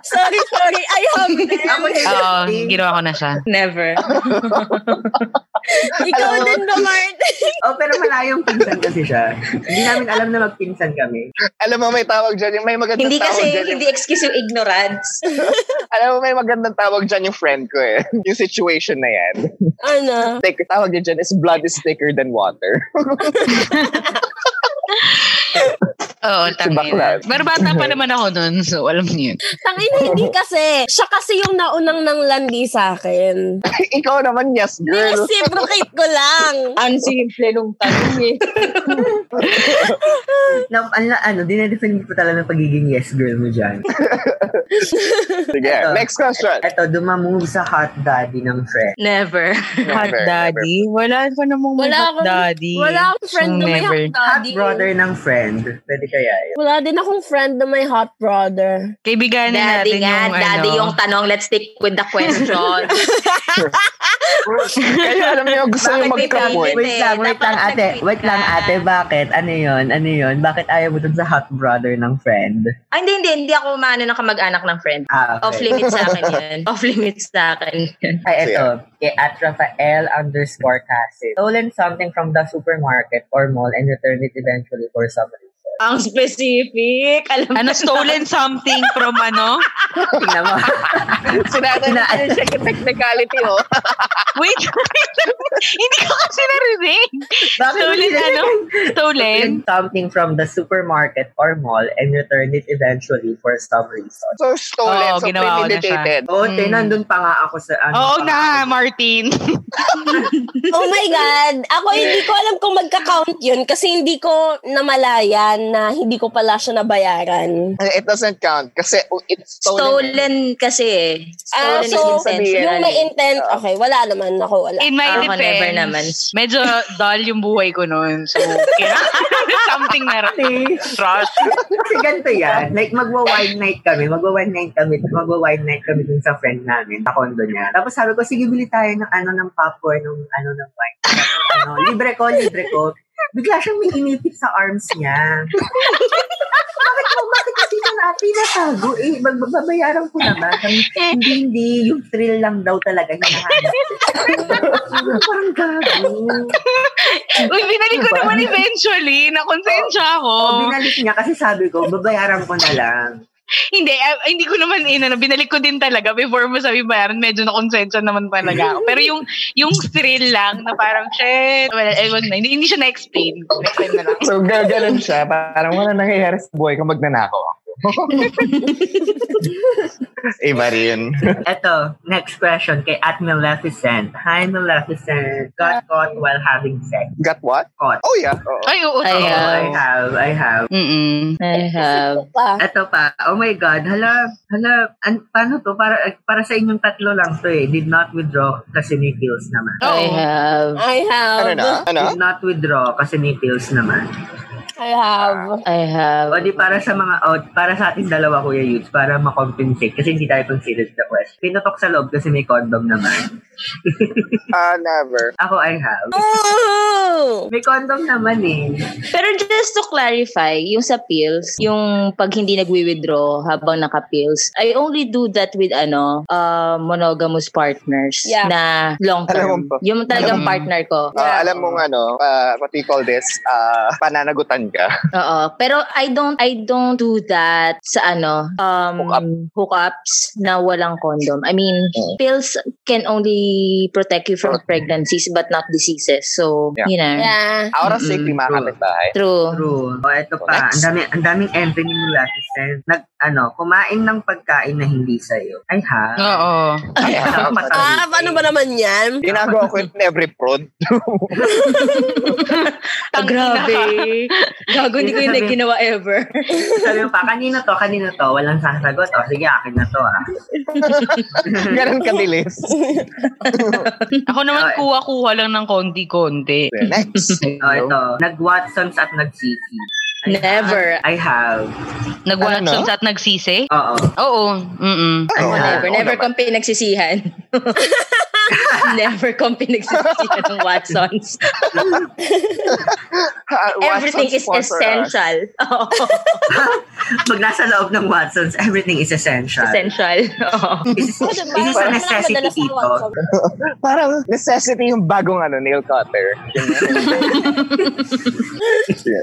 Speaker 6: Sorry, sorry. I have din.
Speaker 4: Oo, ginawa ko na siya.
Speaker 7: Never.
Speaker 6: Ikaw din ba, Martin?
Speaker 2: Oh, pero malayong pinsan kasi siya. Hindi namin alam na magpinsan kami.
Speaker 5: Alam mo may tawag dyan, yung- may magandang
Speaker 7: hindi
Speaker 5: tawag
Speaker 7: kasi,
Speaker 5: dyan. yung-
Speaker 7: hindi excuse yung ignorance.
Speaker 5: Alam mo may magandang tawag dyan yung friend ko eh. Yung situation na yan.
Speaker 6: Ano?
Speaker 5: Take, tawag niya dyan is blood is thicker than water.
Speaker 4: Oo,
Speaker 5: bakla.
Speaker 4: tangin. Pero bata pa naman ako nun, so alam niyo yun.
Speaker 6: Tangina, hindi kasi. Siya kasi yung naunang nanglandi sa akin.
Speaker 5: Ikaw naman, yes, girl.
Speaker 6: Reciprocate ko lang.
Speaker 7: Ang simple nung tanong eh.
Speaker 2: Na, ano, ano, dinedefend ko talaga ng pagiging yes girl mo dyan.
Speaker 5: Sige,
Speaker 2: Ito.
Speaker 5: next question.
Speaker 2: Eto, dumamove sa hot daddy ng friend.
Speaker 4: Never. Hot
Speaker 5: Never,
Speaker 4: daddy. Wala pa namang
Speaker 6: Wala
Speaker 4: hot
Speaker 6: akong-
Speaker 4: daddy.
Speaker 6: Wala akong friend
Speaker 4: So,
Speaker 6: na may hot
Speaker 2: Hot
Speaker 6: daddy.
Speaker 2: brother ng friend. Pwede kaya yun.
Speaker 6: Wala din akong friend na may hot brother.
Speaker 4: Kaibiganin
Speaker 7: Daddy
Speaker 4: natin
Speaker 7: nga,
Speaker 4: yung
Speaker 7: daddy
Speaker 4: ano.
Speaker 7: Ano yung tanong. Let's stick with the question.
Speaker 5: Kaya alam niyo, gusto niyo
Speaker 7: Bakit may
Speaker 5: magkamoy.
Speaker 7: pamilya?
Speaker 2: Wait lang, wait
Speaker 7: Dapat
Speaker 2: lang ate.
Speaker 7: nag-tweet
Speaker 2: Wait lang
Speaker 7: ka.
Speaker 2: ate, bakit? Ano yun? Ano yun? Bakit ayaw mo dun sa hot brother ng friend?
Speaker 7: Ay, hindi, hindi. Hindi ako maano ng kamag-anak ng friend.
Speaker 2: Ah,
Speaker 7: Off
Speaker 2: okay.
Speaker 7: limits sa akin yun. Off limits sa akin.
Speaker 2: Ay, eto. Kay at Rafael underscore Cassis. Stolen something from the supermarket or mall and returned it eventually for some reason.
Speaker 7: Ang specific. Alam
Speaker 4: Ano, stolen something from ano?
Speaker 2: Tingnan mo.
Speaker 5: Sinatanong niya yung technicality, oh.
Speaker 4: Wait, wait. Hindi ko kasi narinig.
Speaker 2: Bakit mo
Speaker 4: Stolen ano? Stolen?
Speaker 2: Stolen something from the supermarket or mall and returned it eventually for some reason.
Speaker 5: So, stolen.
Speaker 4: Oo,
Speaker 5: so,
Speaker 4: ginawa ko na siya.
Speaker 5: premeditated.
Speaker 2: Oo, te, nandun pa nga ako sa ano.
Speaker 4: Oo na, Martin.
Speaker 6: Oh my God! Ako hindi ko alam kung magka-count yun kasi hindi ko namalayan na hindi ko pala siya nabayaran.
Speaker 5: It doesn't count kasi it's stolen.
Speaker 7: Stolen kasi eh.
Speaker 6: Ah,
Speaker 7: Stolen is
Speaker 6: so,
Speaker 7: intentional.
Speaker 6: yung may intent, okay, wala naman ako, wala.
Speaker 4: In my
Speaker 7: Ako
Speaker 4: defense,
Speaker 7: never naman.
Speaker 4: medyo dull yung buhay ko noon. So, kaya something na rin. Trust.
Speaker 2: Kasi ganito yan. Like, magwa-wine night kami. Magwa-wine night kami. Magwa-wine night kami dun sa friend namin. Sa condo niya. Tapos sabi ko, sige, bili tayo ng ano, ng popcorn, ng ano, ng wine. ano, libre ko, libre ko. Bigla siyang may inipit sa arms niya. Bakit mo? Bakit kasi na na, pinatago? Eh, magbabayaran ko naman. Sabi, hindi, hindi. Yung thrill lang daw talaga. Hinahanap. Parang gago.
Speaker 4: Uy, binalik ko naman eventually. Nakonsensya ako.
Speaker 2: Oh, binalik niya kasi sabi ko, babayaran ko na lang.
Speaker 4: Hindi, ah, hindi ko naman inano, binalik ko din talaga before mo sabi bayaran, medyo na naman talaga ako. Pero yung yung thrill lang na parang shit, well, ewan na, hindi, hindi siya na-explain. Next time na lang.
Speaker 5: So, gagalan siya. Parang wala nangyayari sa buhay ko. Magnanakaw ako. Iba rin.
Speaker 2: Eto, next question kay at Maleficent. Hi, Maleficent. Got caught while having sex.
Speaker 5: Got what?
Speaker 2: Caught.
Speaker 5: Oh, yeah. Oo.
Speaker 4: Ay, oo.
Speaker 7: Ay,
Speaker 2: Oh,
Speaker 4: tama.
Speaker 7: ah.
Speaker 2: I have, I have.
Speaker 4: Mm-mm.
Speaker 7: I have.
Speaker 6: Pa.
Speaker 2: Eto pa, oh my God, hala, hala, an, paano to? Para, para sa inyong tatlo lang to eh. Did not withdraw kasi may pills naman.
Speaker 7: I
Speaker 4: Oo.
Speaker 7: have.
Speaker 6: I
Speaker 5: Ano
Speaker 6: have.
Speaker 5: na? Ano?
Speaker 2: Did not withdraw kasi may pills naman.
Speaker 6: I have.
Speaker 7: I have.
Speaker 2: O di para sa mga, o, para sa ating dalawa kuya Yudes, para makompensate kasi hindi tayo considered the question. Pinutok sa loob kasi may condom naman.
Speaker 5: Ah, never.
Speaker 2: Ako, I have.
Speaker 6: Oh!
Speaker 2: May condom naman eh.
Speaker 7: Pero just to clarify, yung sa pills, yung pag hindi nagwi-withdraw habang naka-pills, I only do that with ano, uh, monogamous partners
Speaker 6: Yeah.
Speaker 7: na long
Speaker 5: Alam
Speaker 7: term.
Speaker 5: mo po.
Speaker 7: Yung talagang
Speaker 4: Alam mo.
Speaker 7: partner ko.
Speaker 5: Mm. Ah, alam mong ano, ah, what do you call this? Ah, pananagutan ka.
Speaker 7: Oo. Pero I don't I don't do that sa ano, um
Speaker 5: Hookup.
Speaker 7: hookups na walang condom. I mean,
Speaker 5: Mm.
Speaker 7: pills can only protect you from
Speaker 5: Correct.
Speaker 7: pregnancies but not diseases. So,
Speaker 5: Oh. Yeah.
Speaker 7: you know.
Speaker 6: Yeah.
Speaker 5: Aura
Speaker 7: Mm-mm.
Speaker 5: safety, mga kapitbahay.
Speaker 7: True.
Speaker 2: True. O, eto pa.
Speaker 5: Next.
Speaker 2: Ang dami, ang daming entry ni Mulatisel. Nag, ano, kumain ng pagkain na hindi sa'yo. Ano Ay, ha?
Speaker 4: Oo.
Speaker 2: Ang patay.
Speaker 6: Ah, paano ba naman yan?
Speaker 5: Ginagawa ko yun in every prod.
Speaker 7: Ah, grabe. Gago, hindi ko yung naginawa ever.
Speaker 2: Sabi mo pa, kanina to, kanina to, walang sasagot. O, sige, akin na to, ah.
Speaker 5: Ganun kadilis.
Speaker 4: Ako naman kuha-kuha lang ng konti-konti.
Speaker 5: Next.
Speaker 2: O, eto. Nag-Watsons at nag-Sisi. Ay, ha?
Speaker 7: Never.
Speaker 2: I have.
Speaker 4: Nag-Watsons
Speaker 5: Ano?
Speaker 4: at nagsisi?
Speaker 2: Oo.
Speaker 4: Oo. Mm-mm.
Speaker 5: Ay,
Speaker 2: Oo,
Speaker 7: Never,
Speaker 5: oo
Speaker 7: never
Speaker 5: naman.
Speaker 7: kong pinagsisihan. never kong pinagsisihan ng Watsons.
Speaker 5: Ah,
Speaker 7: Everything is
Speaker 5: Watson's sponsor us.
Speaker 7: essential. Oo,
Speaker 2: Pag nasa loob ng Watsons, everything is essential.
Speaker 7: essential. Oo.
Speaker 2: This is, this is a necessity dito.
Speaker 5: Parang necessity yung bagong ano, nail cutter.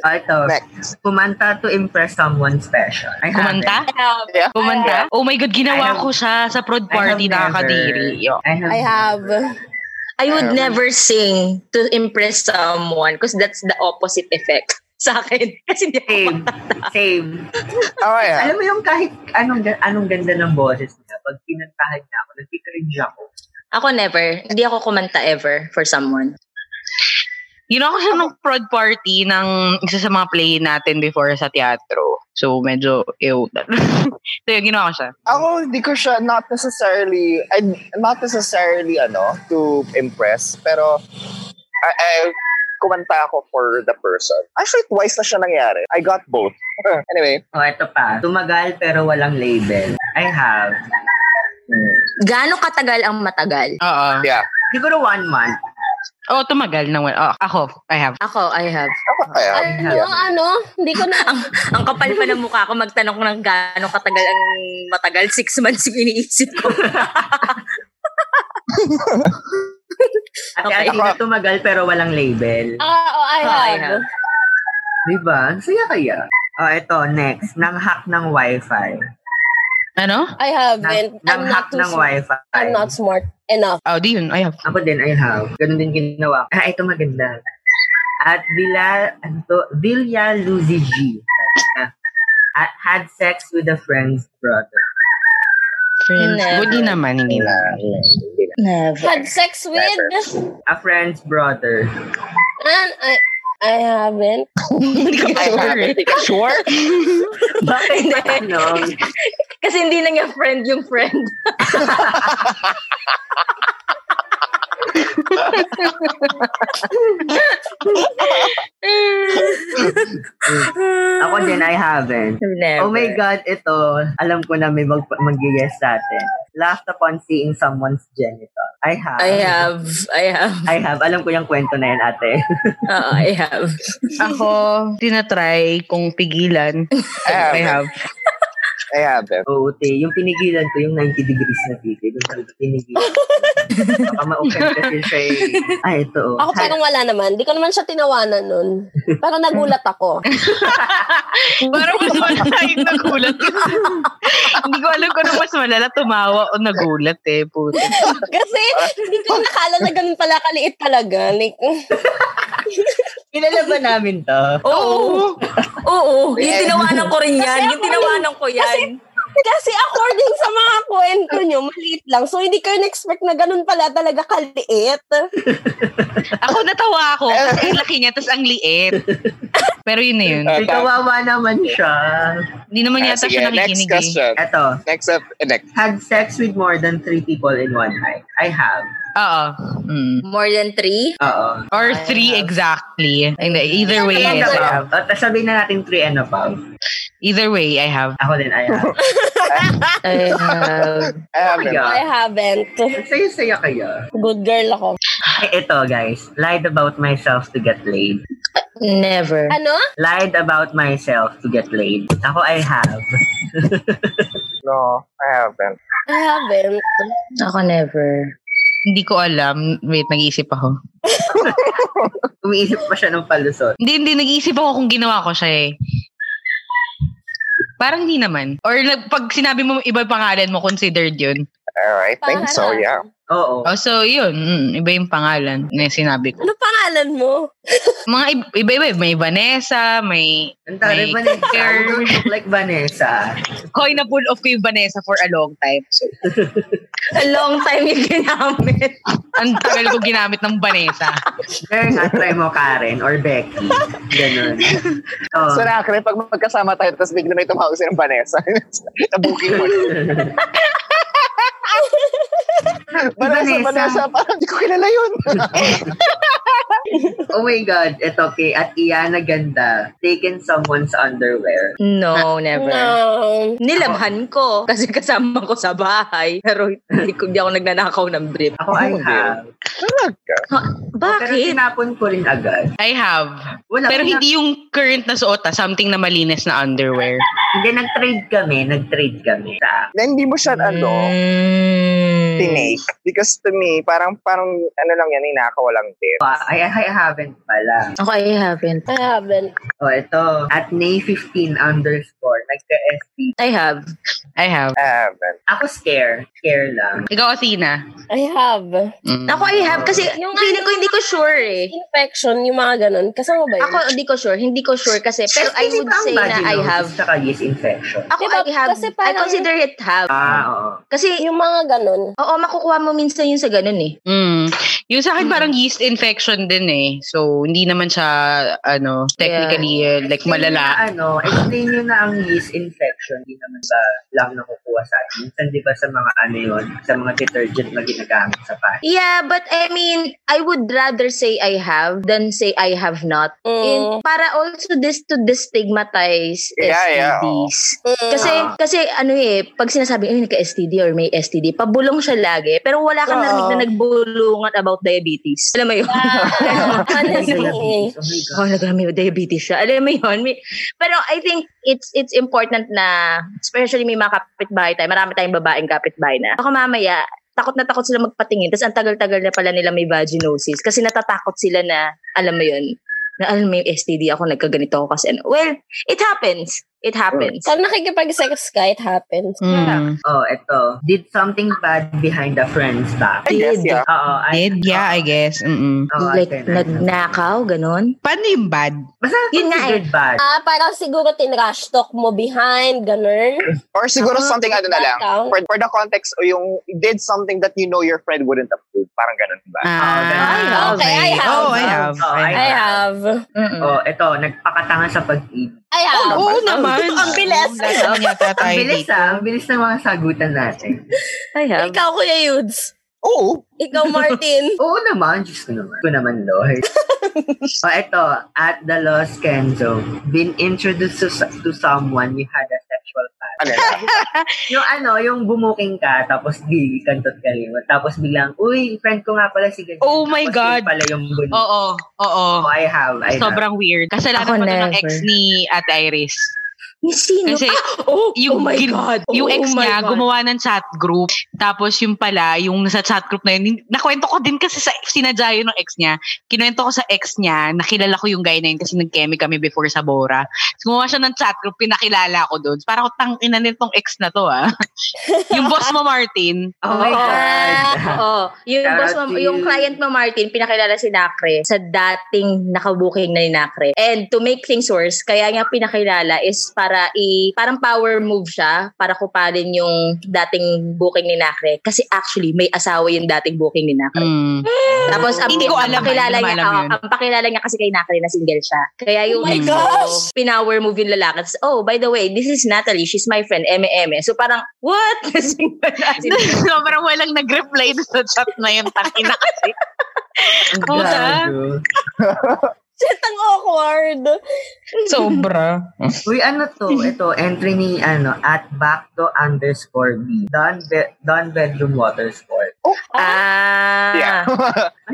Speaker 2: O, eto.
Speaker 5: Next.
Speaker 2: Kumanta to impress someone special. I haven't.
Speaker 4: Kumanta?
Speaker 5: Yeah.
Speaker 4: Kumanta? Oh my
Speaker 2: I
Speaker 4: God, ginawa
Speaker 2: have-
Speaker 4: ko siya sa
Speaker 2: I
Speaker 4: prod
Speaker 2: have
Speaker 4: party na
Speaker 2: never.
Speaker 4: kadiri. Yo. Um,
Speaker 2: I have.
Speaker 6: I have.
Speaker 7: I would never sing to impress someone because that's the opposite effect.
Speaker 4: sa akin. Kasi hindi ako
Speaker 2: Same. Same.
Speaker 5: Oh, yeah.
Speaker 2: Alam mo yung kahit anong ga- anong ganda ng boses niya, pag kinantahan niya ako, nagkikringe ako.
Speaker 7: Ako never. Hindi ako kumanta ever for someone.
Speaker 4: Yun ako sa nung prod party ng isa sa mga play natin before sa teatro. So, medyo ew. so, yun, ginawa ko siya.
Speaker 5: Ako, hindi ko siya not necessarily, I, not necessarily, ano, to impress. Pero, I, I, kumanta ako for the person. Actually, twice na siya nangyari. I got both. anyway,
Speaker 2: O, eto pa. Tumagal pero walang label. I have. Hmm.
Speaker 7: Gaano katagal ang matagal?
Speaker 4: Oo.
Speaker 5: yeah.
Speaker 2: Siguro one month.
Speaker 4: Oo, tumagal na. Oh, ako, I have.
Speaker 7: Ako, I have.
Speaker 5: Ako kaya.
Speaker 6: Ano, ano? Hindi ko na...
Speaker 7: ang, ang kapal pa ng mukha ko magtanong ko ng gaano katagal ang matagal. Six months yung iniisip ko.
Speaker 2: At
Speaker 7: Okay.
Speaker 2: okay. tumagal pero walang label.
Speaker 6: Ah, oh, I
Speaker 7: Oh, I
Speaker 6: have.
Speaker 7: have.
Speaker 2: Diba? Ang Saya kaya. O, eto. Next. Nang hack ng wifi.
Speaker 4: Ano?
Speaker 6: I
Speaker 2: Nang,
Speaker 6: haven't. I'm
Speaker 2: nang
Speaker 6: not
Speaker 2: hack
Speaker 6: too
Speaker 2: ng
Speaker 6: smart.
Speaker 2: wifi.
Speaker 6: I'm not smart enough.
Speaker 4: Oh, di yun, I have.
Speaker 2: Ako din, I have. Ganun din ginawa. ko. Ah, ito maganda. At Villa, ano to? Villa Luzi G. Ah, At had sex with a friend's brother.
Speaker 4: Friends.
Speaker 7: Never.
Speaker 4: Hindi naman, hindi na.
Speaker 7: Never.
Speaker 6: Had sex with...
Speaker 2: A friend's brother.
Speaker 6: And I... I haven't.
Speaker 4: Hindi ka sure.
Speaker 5: Sure?
Speaker 4: eh.
Speaker 2: Bakit na ano?
Speaker 7: Kasi hindi na niya friend yung friend.
Speaker 2: Ako din, I haven't.
Speaker 7: Never.
Speaker 2: Oh my God, ito. Alam ko na may mag mag-yes sa atin. Laughed upon seeing someone's genital. I have.
Speaker 7: I have. I have.
Speaker 2: I have. Alam ko yung kwento na yan, ate.
Speaker 7: Oo, I have.
Speaker 4: Ako, tinatry kong pigilan.
Speaker 5: I have.
Speaker 4: I have.
Speaker 5: I have it.
Speaker 2: Oo, te. Yung pinigilan ko, yung 90 degrees na titi. Yung sabi ko, pinigilan ko. Baka ma-offend kasi siya eh. Ay, ito. Oh.
Speaker 6: Ako parang wala naman. Hindi ko naman siya tinawanan nun. Pero nagulat ako.
Speaker 4: Parang mas wala tayong nagulat. Hindi ko alam kung ano mas malala, tumawa o nagulat eh. Puto.
Speaker 6: Kasi hindi ko nakala na ganun pala kaliit talaga. Like,
Speaker 2: Kilala ba namin to?
Speaker 7: Oo. Oo. Yung tinawanan ko rin yan. Yung tinawanan ko yan.
Speaker 6: kasi according sa mga kwento nyo, maliit lang. So hindi ko in-expect na ganun pala talaga kaliit.
Speaker 4: Ako natawa ako kasi ang laki niya tapos ang liit. Pero yun na yun.
Speaker 5: Ah,
Speaker 2: Ay, kawawa naman siya.
Speaker 4: Hindi naman
Speaker 5: Ah,
Speaker 4: yata siya
Speaker 5: next
Speaker 4: nakikinig eh.
Speaker 5: question.
Speaker 2: Eto.
Speaker 5: Next up, eh, next.
Speaker 2: Had sex with more than three people in one night. I have.
Speaker 4: Oo. Mm.
Speaker 7: More than three?
Speaker 2: Oo.
Speaker 4: Or three exactly. Hindi, Either way,
Speaker 2: And
Speaker 4: I have.
Speaker 2: above. At Oh, sabihin na natin three and above.
Speaker 4: Either way, I have.
Speaker 2: Ako din, I have.
Speaker 7: I have.
Speaker 5: I have it.
Speaker 6: I
Speaker 2: Kaya,
Speaker 6: haven't.
Speaker 2: saya-saya kayo.
Speaker 6: Good girl ako.
Speaker 2: Ay, ito, guys. Lied about myself to get laid.
Speaker 7: Never.
Speaker 6: Ano?
Speaker 2: Lied about myself to get laid. Ako, I have.
Speaker 5: No, I haven't.
Speaker 6: I haven't.
Speaker 7: Ako never.
Speaker 4: Hindi ko alam. Wait, nag-iisip ako.
Speaker 2: Umiisip pa siya ng palusot.
Speaker 4: Hindi, hindi. Nag-iisip ako kung ginawa ko siya eh. Parang hindi naman. Or nag- pag sinabi mo iba yung pangalan mo, considered yun.
Speaker 5: All right, I think so,
Speaker 6: Parang-
Speaker 5: yeah.
Speaker 2: Oo.
Speaker 4: Oh, so yun. Mm, iba yung pangalan na sinabi ko.
Speaker 6: Ano pangalan mo?
Speaker 4: Mga ib- iba-iba. May Vanessa, may...
Speaker 2: Ang dami
Speaker 4: may
Speaker 2: Vanessa.
Speaker 4: Claire.
Speaker 2: You don't look like Vanessa.
Speaker 4: Hoy, na-pull off ko yung Vanessa for a long time. So,
Speaker 7: A long time yung ginamit.
Speaker 4: ang tagal ko ginamit ng Vanessa.
Speaker 2: Girl, nga, try mo Karen or Becky. Ganun. Oh.
Speaker 5: So, nakakari, pag magkasama tayo, tapos bigla may tumawag sa'yo ng Vanessa. Nabuking mo. Vanessa,
Speaker 2: Vanessa.
Speaker 5: Vanessa, parang hindi ko kilala yun.
Speaker 2: oh my God. Ito kay At Iana Ganda. Taken someone's underwear.
Speaker 4: Ah.
Speaker 7: No, never.
Speaker 6: No.
Speaker 7: Nilabhan ko kasi kasama ko sa bahay. Pero hindi, ko, hindi ako nagnanakaw ng brief.
Speaker 2: Ako,
Speaker 4: Oh,
Speaker 2: I have.
Speaker 5: Talaga.
Speaker 2: Pero
Speaker 7: Bakit?
Speaker 2: tinapon ko rin agad.
Speaker 4: I have.
Speaker 2: Wala.
Speaker 4: Pero
Speaker 2: pinap-
Speaker 4: hindi yung current na suot ah. Something na malinis na underwear.
Speaker 2: Hindi, nag-trade kami. Nag-trade kami. Sa,
Speaker 5: Na hindi mo siya, ano,
Speaker 7: Mm. Hmm.
Speaker 5: tinake. Because to me, parang, parang, ano lang yan, inakaw lang din.
Speaker 2: uh, I, I haven't pala.
Speaker 7: Ako, I haven't.
Speaker 6: I haven't.
Speaker 2: O, oh, ito. At Nay15 underscore. Nagka-SP.
Speaker 7: I have.
Speaker 4: I have.
Speaker 5: Ah, man.
Speaker 2: Ako scare. Scare lang.
Speaker 4: Ikaw, Athena.
Speaker 6: I have.
Speaker 4: Mm.
Speaker 7: Ako, I have. Kasi ano
Speaker 6: Yung
Speaker 7: feeling ko hindi ko sure eh.
Speaker 6: Infection, yung mga ganun. Kasama ba yun?
Speaker 7: Ako, hindi ko sure. Hindi ko sure kasi. Pero I
Speaker 2: Hindi
Speaker 7: would
Speaker 2: ba ang
Speaker 7: say
Speaker 2: body
Speaker 7: na I
Speaker 2: notice
Speaker 7: have.
Speaker 2: Tsaka yeast infection.
Speaker 7: Ako,
Speaker 6: Diba?
Speaker 7: I have.
Speaker 6: Kasi parang-
Speaker 7: I consider it have.
Speaker 2: Ah, oo.
Speaker 7: Kasi,
Speaker 6: yung mga ganun.
Speaker 7: oo, makukuha mo minsan yun sa ganun eh.
Speaker 4: Mm. Yung sa akin parang yeast infection din eh. So, hindi naman siya, ano, technically, eh, like
Speaker 2: Explain nyo na,
Speaker 4: malala.
Speaker 2: ano, explain nyo na ang yeast infection. Hindi naman ba lang nakukuha sa atin. Minsan di ba sa mga ano yun, sa mga detergent na ginagamit sa pan.
Speaker 7: Yeah, but I mean, I would rather say I have than say I have not.
Speaker 6: Mm.
Speaker 7: In, para also this to destigmatize
Speaker 5: Yeah, yeah,
Speaker 7: STDs.
Speaker 6: Mm.
Speaker 7: Kasi,
Speaker 2: Ah.
Speaker 7: kasi ano eh, pag sinasabi, ay, nagka-STD or may STD, pabulong siya lagi. Pero wala kang
Speaker 6: Oo. Ah.
Speaker 7: narinig na nagbulungan about diabetes. Alam mo yun?
Speaker 6: honestly.
Speaker 2: Oh my God.
Speaker 7: oh, nagkaroon may diabetes siya. Alam mo yun? May- pero I think it's it's important na, especially may mga kapitbahay tayo, marami tayong babaeng kapitbahay na. Baka mamaya, takot na takot sila magpatingin. Tapos ang tagal-tagal na pala nila may vaginosis. Kasi natatakot sila na, alam mo yun, na alam mo yung STD ako, nagkaganito ako kasi ano. Well, it happens. It happens.
Speaker 6: Pag nakikipag-sex ka, it happens.
Speaker 4: Mm.
Speaker 2: Oh, eto. Did something bad behind a friend's back.
Speaker 5: I guess,
Speaker 7: Did.
Speaker 5: yeah.
Speaker 2: Oo. I-
Speaker 4: Did? Yeah, I guess. Mm-mm.
Speaker 2: Oo,
Speaker 7: like,
Speaker 2: I think-
Speaker 7: nagnakaw, ganon.
Speaker 4: Paano yung bad?
Speaker 2: Basta
Speaker 7: Yun nga
Speaker 2: considered bad.
Speaker 6: Ah, parang siguro tinrush talk mo behind, ganun.
Speaker 5: Or siguro something ano na lang.
Speaker 6: Count.
Speaker 5: For, for the context, o yung did something that you know your friend wouldn't approve. Parang ganun ba?
Speaker 4: Ah,
Speaker 6: okay, I have.
Speaker 4: Oh, I have.
Speaker 2: Oh, I
Speaker 6: I have.
Speaker 7: Mm-mm.
Speaker 2: Oh, eto. Nagpakatanga sa pag-ibig.
Speaker 6: I have.
Speaker 4: Oo
Speaker 5: Oh,
Speaker 4: naman.
Speaker 6: Ang bilis.
Speaker 4: Lahat naman yata
Speaker 2: Ang
Speaker 4: tayo
Speaker 2: bilis
Speaker 4: dito.
Speaker 2: ah. Ang bilis ng mga sagutan natin.
Speaker 7: I have.
Speaker 6: Ikaw, Kuya Yudes.
Speaker 5: Oo.
Speaker 6: Ikaw, Martin.
Speaker 2: Oo naman, Diyos ko naman. Ko naman, Lord. o eto, at the Los Kenzo, been introduced to, to someone you had a sexual past.
Speaker 5: Ano na?
Speaker 2: Yung ano, yung bumuking ka, tapos di kantot ka rin. Tapos bilang, uy, friend ko nga pala si Ganyan.
Speaker 4: Oh my
Speaker 2: tapos
Speaker 4: God.
Speaker 2: Tapos pala yung bunit. Oh,
Speaker 4: Oo, oo.
Speaker 2: I have, I have.
Speaker 4: Sobrang weird. Kasalanan
Speaker 7: Diba? Ako
Speaker 4: pa to ng
Speaker 7: never.
Speaker 4: ex ni Ate Iris.
Speaker 7: Ni sino?
Speaker 4: Kasi
Speaker 7: oh,
Speaker 4: yung, gin- yung ex
Speaker 7: my
Speaker 4: niya
Speaker 7: God.
Speaker 4: gumawa ng chat group. Tapos yung pala, yung sa chat group na yun, nakwento ko din kasi sa sinadya yun ng ex niya. Kinuwento ko sa ex niya, nakilala ko yung guy na yun kasi nag-chemi kami before sa Bora. So, gumawa siya ng chat group, pinakilala ko doon. Parang ako, tangina nitong ex na to ah. yung boss mo, Martin.
Speaker 2: Oh my God.
Speaker 7: Oo. Oh, Yung,
Speaker 2: Dati.
Speaker 7: boss mo, yung client mo, Martin, pinakilala si Nakre sa dating nakabuking na ni Nakre. And to make things worse, kaya niya pinakilala is para i... Parang power move siya para kupalin yung dating booking ni Nakre. Kasi actually, may asawa yung dating booking ni Nakre.
Speaker 4: Mm.
Speaker 7: Tapos, ang,
Speaker 4: Hindi ko
Speaker 7: ang
Speaker 4: alam,
Speaker 7: pakilala
Speaker 4: hindi ko
Speaker 7: niya,
Speaker 4: alam
Speaker 7: oo,
Speaker 4: yun.
Speaker 7: ang pakilala niya kasi kay Nakre na single siya. Kaya yung
Speaker 6: Oh my
Speaker 7: ex ko,
Speaker 6: gosh!
Speaker 7: pinower move yung lalaki. Tapos, oh, by the way, this is Natalie. She's my friend, Eme So parang, what?
Speaker 4: Sobrang walang nag-reply doon sa chat na yun. Tangina kasi.
Speaker 2: Ang
Speaker 4: Oo, ha?
Speaker 2: gago.
Speaker 6: Shit, ang awkward.
Speaker 4: Sobra.
Speaker 2: Uy, ano to? Ito, entry ni, ano, at back to underscore B. Don, be- Don Bedroom Water Sport.
Speaker 7: ah.
Speaker 5: Oh! Yeah.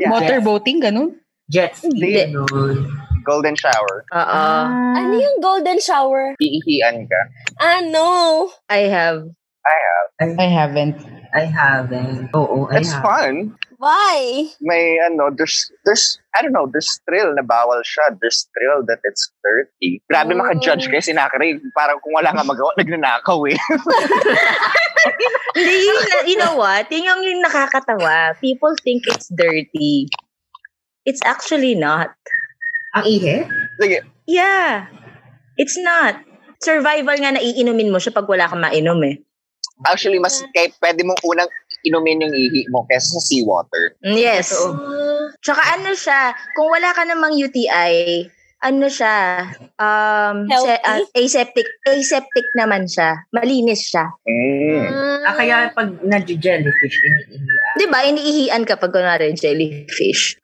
Speaker 5: Yeah.
Speaker 4: boating, ganun?
Speaker 2: Jets
Speaker 5: Hindi.
Speaker 2: din nun.
Speaker 5: Golden shower.
Speaker 7: Oo.
Speaker 6: Ano yung golden shower?
Speaker 5: Iihian ka.
Speaker 6: Ano?
Speaker 7: I have.
Speaker 5: I have.
Speaker 4: I haven't.
Speaker 2: I haven't. Oo, I
Speaker 5: It's
Speaker 2: haven't.
Speaker 5: fun.
Speaker 6: Why?
Speaker 5: May ano, there's, there's, I don't know, there's thrill na bawal siya. There's thrill that it's dirty. Grabe
Speaker 6: Oh.
Speaker 5: maka-judge kayo si Nakari. Parang kung wala nga magawa, nagnanakaw eh.
Speaker 7: Hindi, yun na- you know what? Yun yung, yung nakakatawa. People think it's dirty. It's actually not.
Speaker 2: Ang ihe?
Speaker 5: Sige,
Speaker 7: Yeah. It's not. Survival nga naiinumin mo siya pag wala kang mainom eh.
Speaker 5: actually, mas kay, pwede mong unang inumin yung ihi mo kesa sa seawater.
Speaker 7: Mm, Yes.
Speaker 2: Totoo.
Speaker 7: Tsaka ano siya, kung wala ka namang UTI, ano siya, um, se-
Speaker 6: Healthy?
Speaker 7: ah, aseptic, aseptic naman siya. Malinis siya.
Speaker 5: Mm.
Speaker 2: Ah, kaya pag na-jellyfish, iniihi.
Speaker 7: Di ba, iniihian ka pag kunwari jellyfish.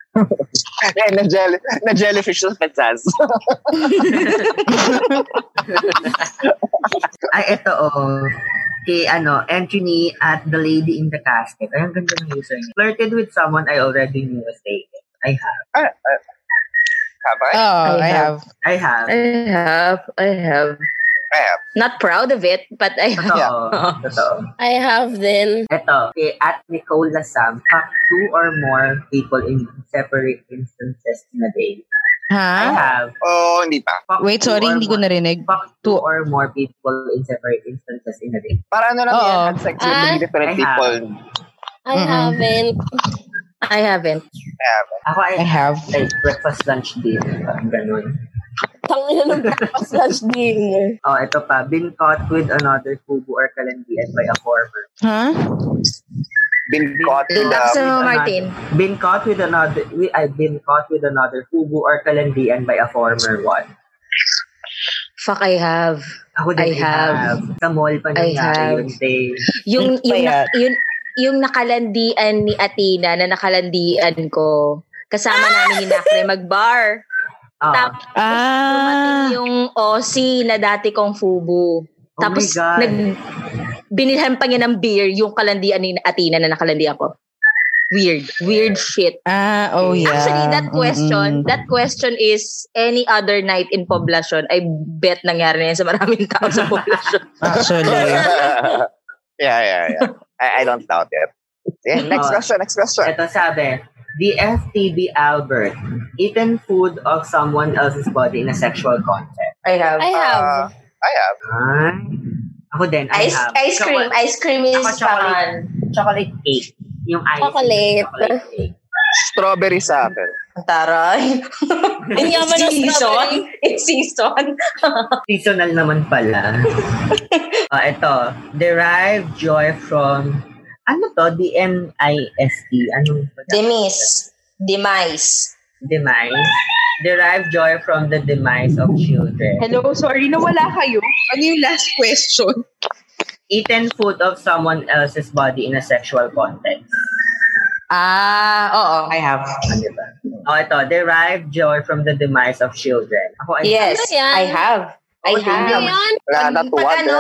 Speaker 5: Eh, na, jelly, na jellyfish sa petas.
Speaker 2: Ay, eto, oh. Kay, ano, Anthony at the lady in the casket. Ay, ang ganda ng user niya. Flirted with someone I already knew was dating. I have.
Speaker 5: ah, ah, have I?
Speaker 4: Oh,
Speaker 7: I
Speaker 4: I have.
Speaker 2: I have.
Speaker 7: I have, I have.
Speaker 5: I have.
Speaker 7: Not proud of it, but I have.
Speaker 2: Totoo. Totoo.
Speaker 6: I have din.
Speaker 2: Eto, kay at Nicole Lasam, fuck two or more people in separate instances in a day. I
Speaker 4: Ha?
Speaker 2: have.
Speaker 5: Oh, hindi pa.
Speaker 2: Fuck
Speaker 4: Ah? Wait,
Speaker 2: two
Speaker 4: sorry,
Speaker 2: or
Speaker 4: hindi ko
Speaker 2: more-
Speaker 4: narinig.
Speaker 2: Fuck two
Speaker 4: Two-
Speaker 2: or more people in separate instances in a day.
Speaker 5: Para ano lang
Speaker 4: Oo.
Speaker 5: yan, have sex with
Speaker 6: Ah.
Speaker 5: many different
Speaker 2: I
Speaker 5: people.
Speaker 6: I
Speaker 4: Mm-mm.
Speaker 6: haven't.
Speaker 7: I haven't.
Speaker 5: Yeah.
Speaker 2: Ako,
Speaker 4: I
Speaker 2: I,
Speaker 4: have.
Speaker 2: like, breakfast, lunch, dinner. Parang ganun.
Speaker 6: Tangina ng breakfast lunch dinner.
Speaker 2: Oh, ito pa. Been caught with another kubo or kalandian by a former.
Speaker 4: Ha?
Speaker 5: Been caught in the...
Speaker 7: Tapos
Speaker 2: with
Speaker 7: mo, Martin.
Speaker 2: another- Been caught with another... We, I've been caught with another kubo or kalandian by a former one.
Speaker 7: Fuck, I have.
Speaker 2: Ako din,
Speaker 7: I have.
Speaker 2: Sa mall pa
Speaker 7: I have.
Speaker 2: nangyari yun. They,
Speaker 7: Yung,
Speaker 4: Ano ba
Speaker 7: yung, na- yun, yung nakalandian ni Athena na nakalandian ko. Kasama namin ni Nakre mag-bar.
Speaker 2: ah,
Speaker 7: Tapos
Speaker 4: Ah.
Speaker 7: yung Aussie na dati kong Fubu.
Speaker 2: oh
Speaker 7: Tapos
Speaker 2: my God.
Speaker 7: nag, binilhan pa niya ng beer yung kalandian ni Athena na nakalandian ko. Weird. Weird shit.
Speaker 4: Ah, oh yeah.
Speaker 7: Actually, that question,
Speaker 4: Mm-mm.
Speaker 7: that question is any other night in Poblacion. I bet nangyari na yan sa maraming tao sa Poblacion.
Speaker 4: Actually.
Speaker 5: yeah, yeah, yeah. I, I don't doubt it. Yeah, next
Speaker 2: Oh.
Speaker 5: question, next question.
Speaker 2: Ito sabi, DFTB Albert, eaten food of someone else's body in a sexual context.
Speaker 7: I have.
Speaker 6: I have.
Speaker 5: Uh, I have.
Speaker 2: Ay. Ako din, I
Speaker 3: Ice,
Speaker 2: have.
Speaker 3: ice cream.
Speaker 2: Chocolate,
Speaker 3: Ice cream is
Speaker 2: Ako, chocolate.
Speaker 3: fun.
Speaker 2: chocolate cake. Yung ice.
Speaker 6: Chocolate.
Speaker 2: Chocolate cake.
Speaker 5: Strawberry sa akin.
Speaker 7: Taray.
Speaker 6: Ang yaman ng
Speaker 7: season.
Speaker 6: strawberry.
Speaker 7: It's season.
Speaker 2: Seasonal naman pala. Ah, ito, derive joy from, ano to? D-M-I-S-E. Anong
Speaker 3: Demise. Demise.
Speaker 2: Demise. Derive joy from the demise of children.
Speaker 4: Hello, sorry na wala kayo. Ano yung last question?
Speaker 2: Eaten food of someone else's body in a sexual context.
Speaker 4: Ah, oo, I have.
Speaker 2: Ano ba? Oh, ito. Derive joy from the demise of children. Ako, ay-
Speaker 7: Yes,
Speaker 6: Ano yan?
Speaker 7: I have. I
Speaker 2: Ako din
Speaker 7: have.
Speaker 2: naman.
Speaker 6: Ayan.
Speaker 5: Wala
Speaker 7: Oh, Pag,
Speaker 5: na to
Speaker 7: pag ano,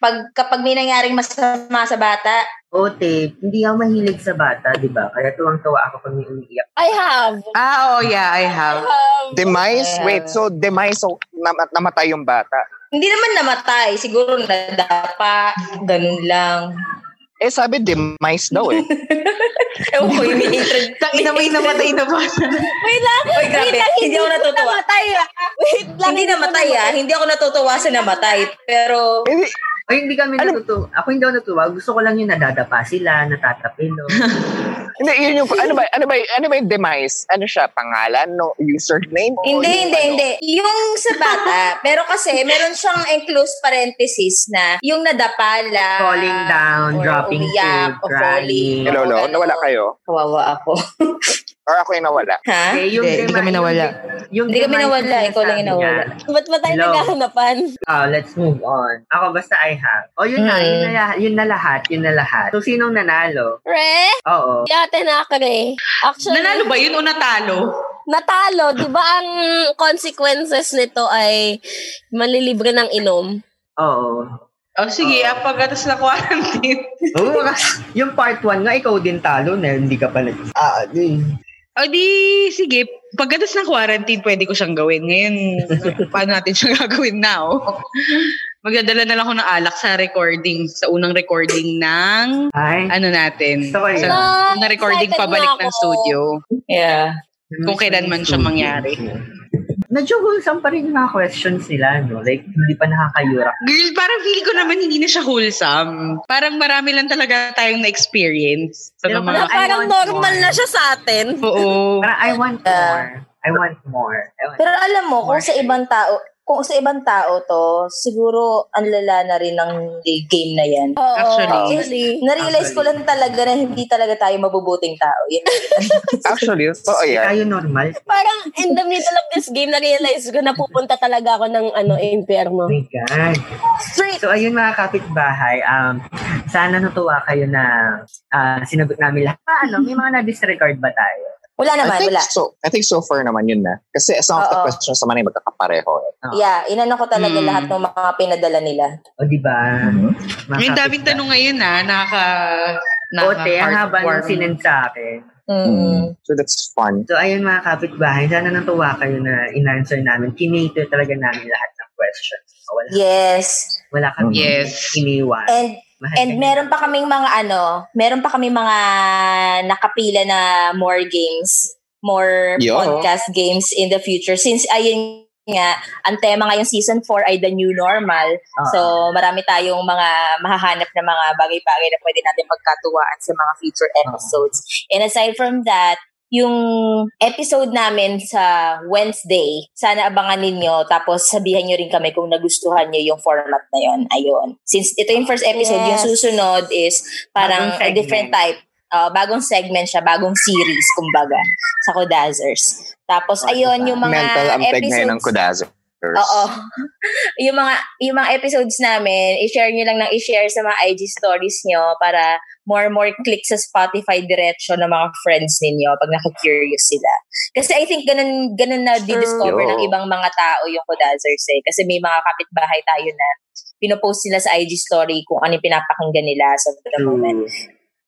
Speaker 7: pag, kapag may nangyaring masama sa bata,
Speaker 2: Ote, hindi ako mahilig sa bata, di ba? Kaya tuwang-tuwa ako pag may umiiyak.
Speaker 6: I have.
Speaker 4: Ah, oh yeah,
Speaker 6: I
Speaker 4: I have.
Speaker 6: have.
Speaker 7: I
Speaker 5: Demise?
Speaker 7: have.
Speaker 5: Wait, so demise, so nam- namatay yung bata.
Speaker 7: hindi naman namatay. Siguro nadapa. Ganun lang.
Speaker 5: Eh, sabi demise daw eh.
Speaker 7: Ewan ko, yung may hatred.
Speaker 4: Tangina may namatay na ba?
Speaker 6: Wait lang.
Speaker 7: Oy, grabe.
Speaker 6: Wait lang.
Speaker 7: Hindi ako
Speaker 6: ko
Speaker 7: natutuwa.
Speaker 6: Namatay, ah. Wait lang.
Speaker 7: Hindi namatay
Speaker 6: ko
Speaker 7: ah. Hindi ako natutuwa sa namatay. Pero,
Speaker 5: Hindi,
Speaker 2: Ay, hindi kami natutuwa. Ako hindi ako natutuwa. Gusto ko lang yung nadadapa sila, natatapilo.
Speaker 5: hindi, yun yung, ano ba, ano ba, ano ba yung demise? Ano siya, pangalan, no, username? O
Speaker 7: hindi,
Speaker 5: yung
Speaker 7: hindi,
Speaker 5: ano?
Speaker 7: hindi. Yung sa bata, pero kasi meron siyang enclosed parenthesis na yung nadapa lang.
Speaker 2: Falling down,
Speaker 7: or
Speaker 2: dropping
Speaker 7: umiyak,
Speaker 2: food,
Speaker 7: o falling.
Speaker 2: crying.
Speaker 5: Hello,
Speaker 7: O
Speaker 5: no?
Speaker 7: ganun.
Speaker 5: Nawala kayo?
Speaker 7: Kawawa ako.
Speaker 5: Or ako yung nawala?
Speaker 7: ha?
Speaker 2: Eh, yung
Speaker 4: Hindi, hindi
Speaker 2: demise-
Speaker 4: kami nawala.
Speaker 2: Yung, yung
Speaker 7: Hindi kami
Speaker 2: demise na
Speaker 7: nawala, ikaw lang yung
Speaker 2: sinasabi niya.
Speaker 7: nawala.
Speaker 6: Ba't ba tayo
Speaker 2: Hello.
Speaker 6: naghahanapan?
Speaker 2: Ah, let's move on. Ako, basta I have. Oh, yun na,
Speaker 7: Mm.
Speaker 2: yun na, yun na lahat, yun na lahat. So, sinong nanalo?
Speaker 6: Re?
Speaker 2: Oo.
Speaker 6: Si Ate Nakre. Actually,
Speaker 4: Nanalo ba yun o natalo?
Speaker 6: natalo. Di ba ang consequences nito ay malilibre ng inom?
Speaker 2: Oo.
Speaker 4: Oh, sige, ah, pagkatas na quarantine.
Speaker 2: Oo, yung part 1 nga, ikaw din talo na hindi ka pa nag... Ah, di.
Speaker 4: O di, sige, pagkatas ng quarantine, pwede ko siyang gawin. Ngayon, paano natin siya gagawin now? Magdadala na lang ako ng alak sa recording, sa unang recording ng,
Speaker 2: Ay.
Speaker 4: ano natin,
Speaker 2: Sorry.
Speaker 4: sa unang recording
Speaker 6: Excited na
Speaker 4: pabalik ng
Speaker 6: ako.
Speaker 4: studio.
Speaker 7: Yeah.
Speaker 4: Kung kailan man siya mangyari.
Speaker 2: Medyo wholesome pa rin yung mga questions nila, no? Like, hindi pa nakakayurak.
Speaker 4: Girl, parang feel ko naman hindi na siya wholesome. Parang marami lang talaga tayong na-experience sa
Speaker 2: Pero
Speaker 4: mga... ano.
Speaker 6: Na
Speaker 2: I
Speaker 6: parang
Speaker 2: want
Speaker 6: normal
Speaker 2: more.
Speaker 6: na siya sa atin.
Speaker 4: Oo.
Speaker 2: Parang, I want
Speaker 3: uh,
Speaker 2: more. I want more. I want...
Speaker 3: Pero alam mo, kung sa ibang tao, kung sa ibang tao to, siguro ang lala na rin ng game na yan.
Speaker 6: Oo.
Speaker 4: Actually.
Speaker 3: Na-realize ko lang talaga na hindi talaga tayo mabubuting tao. Yun.
Speaker 5: Actually,
Speaker 3: Oh,
Speaker 5: oh, totoo
Speaker 2: Hindi
Speaker 5: yan.
Speaker 2: tayo normal.
Speaker 6: Parang in the middle of this game, na-realize ko na pupunta talaga ako ng ano,
Speaker 2: Oh
Speaker 6: impyerno.
Speaker 2: my God.
Speaker 6: Straight.
Speaker 2: So, ayun mga kapitbahay, um, sana natuwa kayo na ah, sinagot namin lahat. Paano? May mga na-disregard ba tayo?
Speaker 3: Wala
Speaker 5: I
Speaker 3: naman,
Speaker 5: think
Speaker 3: wala.
Speaker 5: so. I think so far naman yun na. Kasi some of
Speaker 3: Oo.
Speaker 5: the questions naman ay magkakapareho. eh.
Speaker 2: Oh,
Speaker 3: Yeah, inano ko talaga
Speaker 4: Hmm.
Speaker 3: lahat ng mga pinadala nila.
Speaker 2: O, di ba? Mga
Speaker 4: Mm-hmm. May daming
Speaker 2: kapitbahay.
Speaker 4: tanong ngayon na nakaka...
Speaker 2: Ote, ang haba ng
Speaker 4: heartwarming.
Speaker 2: sinend sa akin.
Speaker 3: Mm.
Speaker 5: Hmm.
Speaker 6: Hmm.
Speaker 5: So that's fun.
Speaker 2: So, ayun mga kapitbahay, sana natuwa kayo na in-answer namin. Kinator talaga namin lahat ng questions. So, wala,
Speaker 3: Yes.
Speaker 2: wala kami
Speaker 4: Mm-hmm. Yes.
Speaker 2: iniwan.
Speaker 3: And
Speaker 2: Mahal
Speaker 3: and
Speaker 2: kami.
Speaker 3: meron pa kaming mga ano, meron pa kaming mga nakapila na more games.
Speaker 7: more
Speaker 5: Yeah.
Speaker 7: podcast games in the future. Since ayun nga, ang tema ngayong season 4 ay the new normal.
Speaker 2: Ah.
Speaker 7: So marami tayong mga mahahanap na mga bagay-bagay na pwede natin magkatuwaan sa mga future episodes. And aside from that, yung episode namin sa Wednesday, sana abangan ninyo. Tapos sabihan nyo rin kami kung nagustuhan nyo yung format na yon. Ayun. Since ito yung first episode, yung
Speaker 6: Yes.
Speaker 7: susunod is parang
Speaker 4: Bagong
Speaker 7: a different
Speaker 4: segment.
Speaker 7: type. Uh, bagong segment siya, bagong series, kumbaga, sa Kodazers.
Speaker 2: Oh,
Speaker 7: Tapos, ayun,
Speaker 2: diba?
Speaker 7: yung mga
Speaker 5: Mental ang peg
Speaker 7: episodes.
Speaker 5: ngayon ng Kudazers.
Speaker 7: Oo. yung mga yung mga episodes namin, i-share nyo lang ng i-share sa mga IG stories nyo para more more click sa Spotify diretso ng mga friends ninyo pag naka-curious sila. Kasi I think ganun, ganun na di-discover
Speaker 5: Yo.
Speaker 7: ng ibang mga tao yung Kodazers eh. Kasi may mga kapitbahay tayo na pinopost nila sa IG story kung ano yung pinapakinggan nila sa the moment.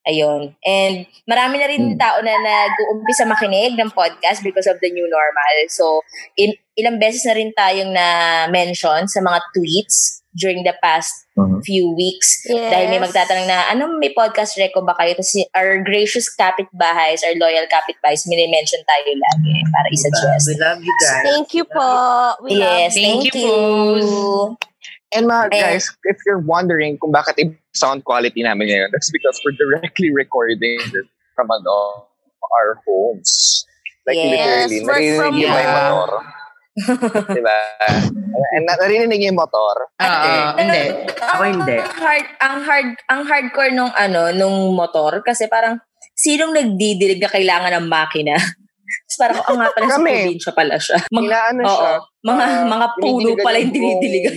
Speaker 7: Ayun. And marami na rin tao na nag-uumpisa makinig ng podcast because of the new normal. So, in, ilang beses na rin tayong na-mention sa mga tweets during the past
Speaker 5: Mhm.
Speaker 7: few weeks.
Speaker 6: Yes.
Speaker 7: Dahil may magtatanong na, anong may podcast reco ba kayo? Tapos our gracious kapitbahays, our loyal kapitbahays, minimension tayo lagi para
Speaker 2: Diba?
Speaker 7: i-suggest.
Speaker 2: We love you guys.
Speaker 6: Thank you po. We
Speaker 7: Yes,
Speaker 4: Thank
Speaker 7: thank,
Speaker 4: you,
Speaker 7: you.
Speaker 5: And mga
Speaker 7: Eh.
Speaker 5: guys, if you're wondering kung bakit yung sound quality namin ngayon, that's because we're directly recording this from ano, our homes. Like
Speaker 7: Yes,
Speaker 5: literally,
Speaker 6: work from
Speaker 5: naririnig niyo ba yung
Speaker 6: home.
Speaker 5: motor? diba? And na- naririnig niyo yung motor.
Speaker 4: Ah, hindi.
Speaker 2: Ako hindi.
Speaker 7: Ang hard, ang hard, ang hardcore nung ano, nung motor kasi parang sinong nagdidilig na kailangan ng makina? Tapos parang, ang nga pala sa
Speaker 5: Kami.
Speaker 7: probinsya pala siya. Mag-
Speaker 5: Inaano
Speaker 7: Oo.
Speaker 5: siya.
Speaker 7: Mga,
Speaker 5: Ah,
Speaker 7: mga puno
Speaker 5: dinidiligan
Speaker 7: pala yung
Speaker 5: yung buong-
Speaker 7: dinidiligan.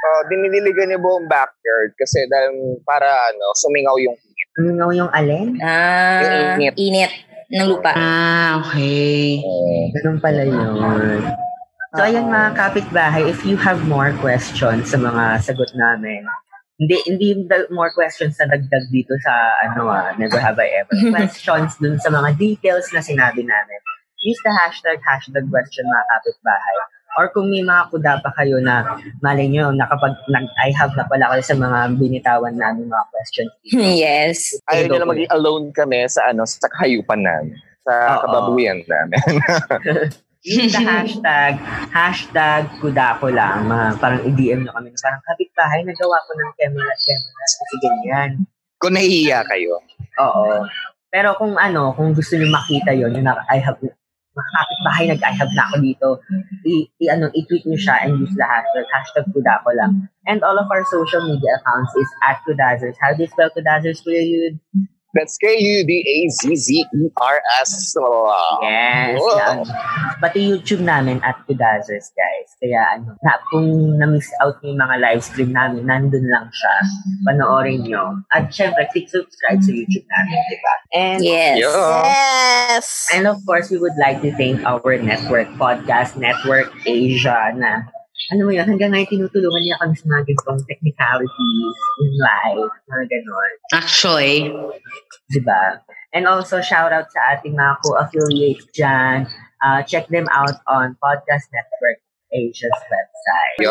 Speaker 5: Oh, dinidiligan niya buong backyard kasi dahil para ano, sumingaw yung
Speaker 2: Mingaw Ano yung alin?
Speaker 7: Ah,
Speaker 5: Yung init.
Speaker 7: init. ng lupa.
Speaker 4: Ah, okay.
Speaker 2: Ganun pala yun. So, ayan mga kapitbahay, if you have more questions sa mga sagot namin, hindi, hindi yung da- more questions na dagdag dito sa, ano ah, never have I ever. questions dun sa mga details na sinabi namin. Use the hashtag, hashtag question mga kapitbahay. Or kung may mga kuda pa kayo na, malay nyo, nakapag, nag, I have na pala kayo sa mga binitawan namin mga questions.
Speaker 7: yes.
Speaker 5: Ayaw
Speaker 2: Go
Speaker 5: niya
Speaker 2: for
Speaker 5: na
Speaker 2: it.
Speaker 5: maging alone kami sa ano, sa kahayupan namin. Sa
Speaker 2: Oo.
Speaker 5: kababuyan namin.
Speaker 2: Use the hashtag, hashtag kuda ko lang. Mga, parang i-DM nyo kami. Parang kapitbahay, nagawa ko ng camera at camera. Kasi ganyan.
Speaker 5: Kung nahihiya kayo.
Speaker 2: Oo. Pero kung ano, kung gusto nyo makita yon yung na- I have, makakapitbahay nag I have na ako dito, i, i ano, i-tweet nyo siya and use the hashtag, hashtag kuda ko lang. And all of our social media accounts is at kudazers. How do you spell kudazers, Kuya Yud?
Speaker 5: That's E K-U-D-A-Z-Z-E-R-S.
Speaker 2: Yes.
Speaker 5: Wow.
Speaker 2: yan. Pati YouTube namin at Kudazers, guys. Kaya ano, na, kung na-miss out nyo yung mga live stream namin, nandun lang siya. Panoorin nyo. At syempre, click subscribe sa YouTube namin, di ba? And
Speaker 7: Yes.
Speaker 5: Yeah.
Speaker 6: Yes.
Speaker 2: And of course, we would like to thank our network, Podcast Network Asia na ano mo yun, hanggang ngayon tinutulungan niya kami sa mga ganitong technicalities in life, mga ganon.
Speaker 4: Actually,
Speaker 2: Diba? And also, shout out sa ating mga co-affiliates dyan. Uh, check them out on Podcast Network Asia's website.
Speaker 5: Yo.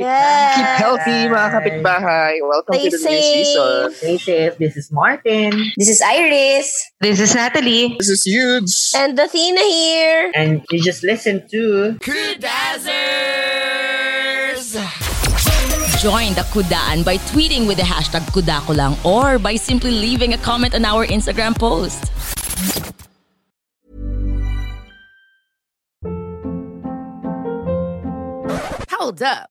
Speaker 6: Yes.
Speaker 5: Keep healthy, mga kapitbahay. Welcome
Speaker 6: Stay
Speaker 5: to the new
Speaker 6: safe.
Speaker 5: season.
Speaker 2: Stay safe. This is Martin.
Speaker 7: This is Iris.
Speaker 4: this is Natalie.
Speaker 5: This is huge.
Speaker 6: And Athena here.
Speaker 2: And you just listen to...
Speaker 1: Join the Kudaan by tweeting with the hashtag Kudakulang or by simply leaving a comment on our Instagram post.
Speaker 8: Hold up.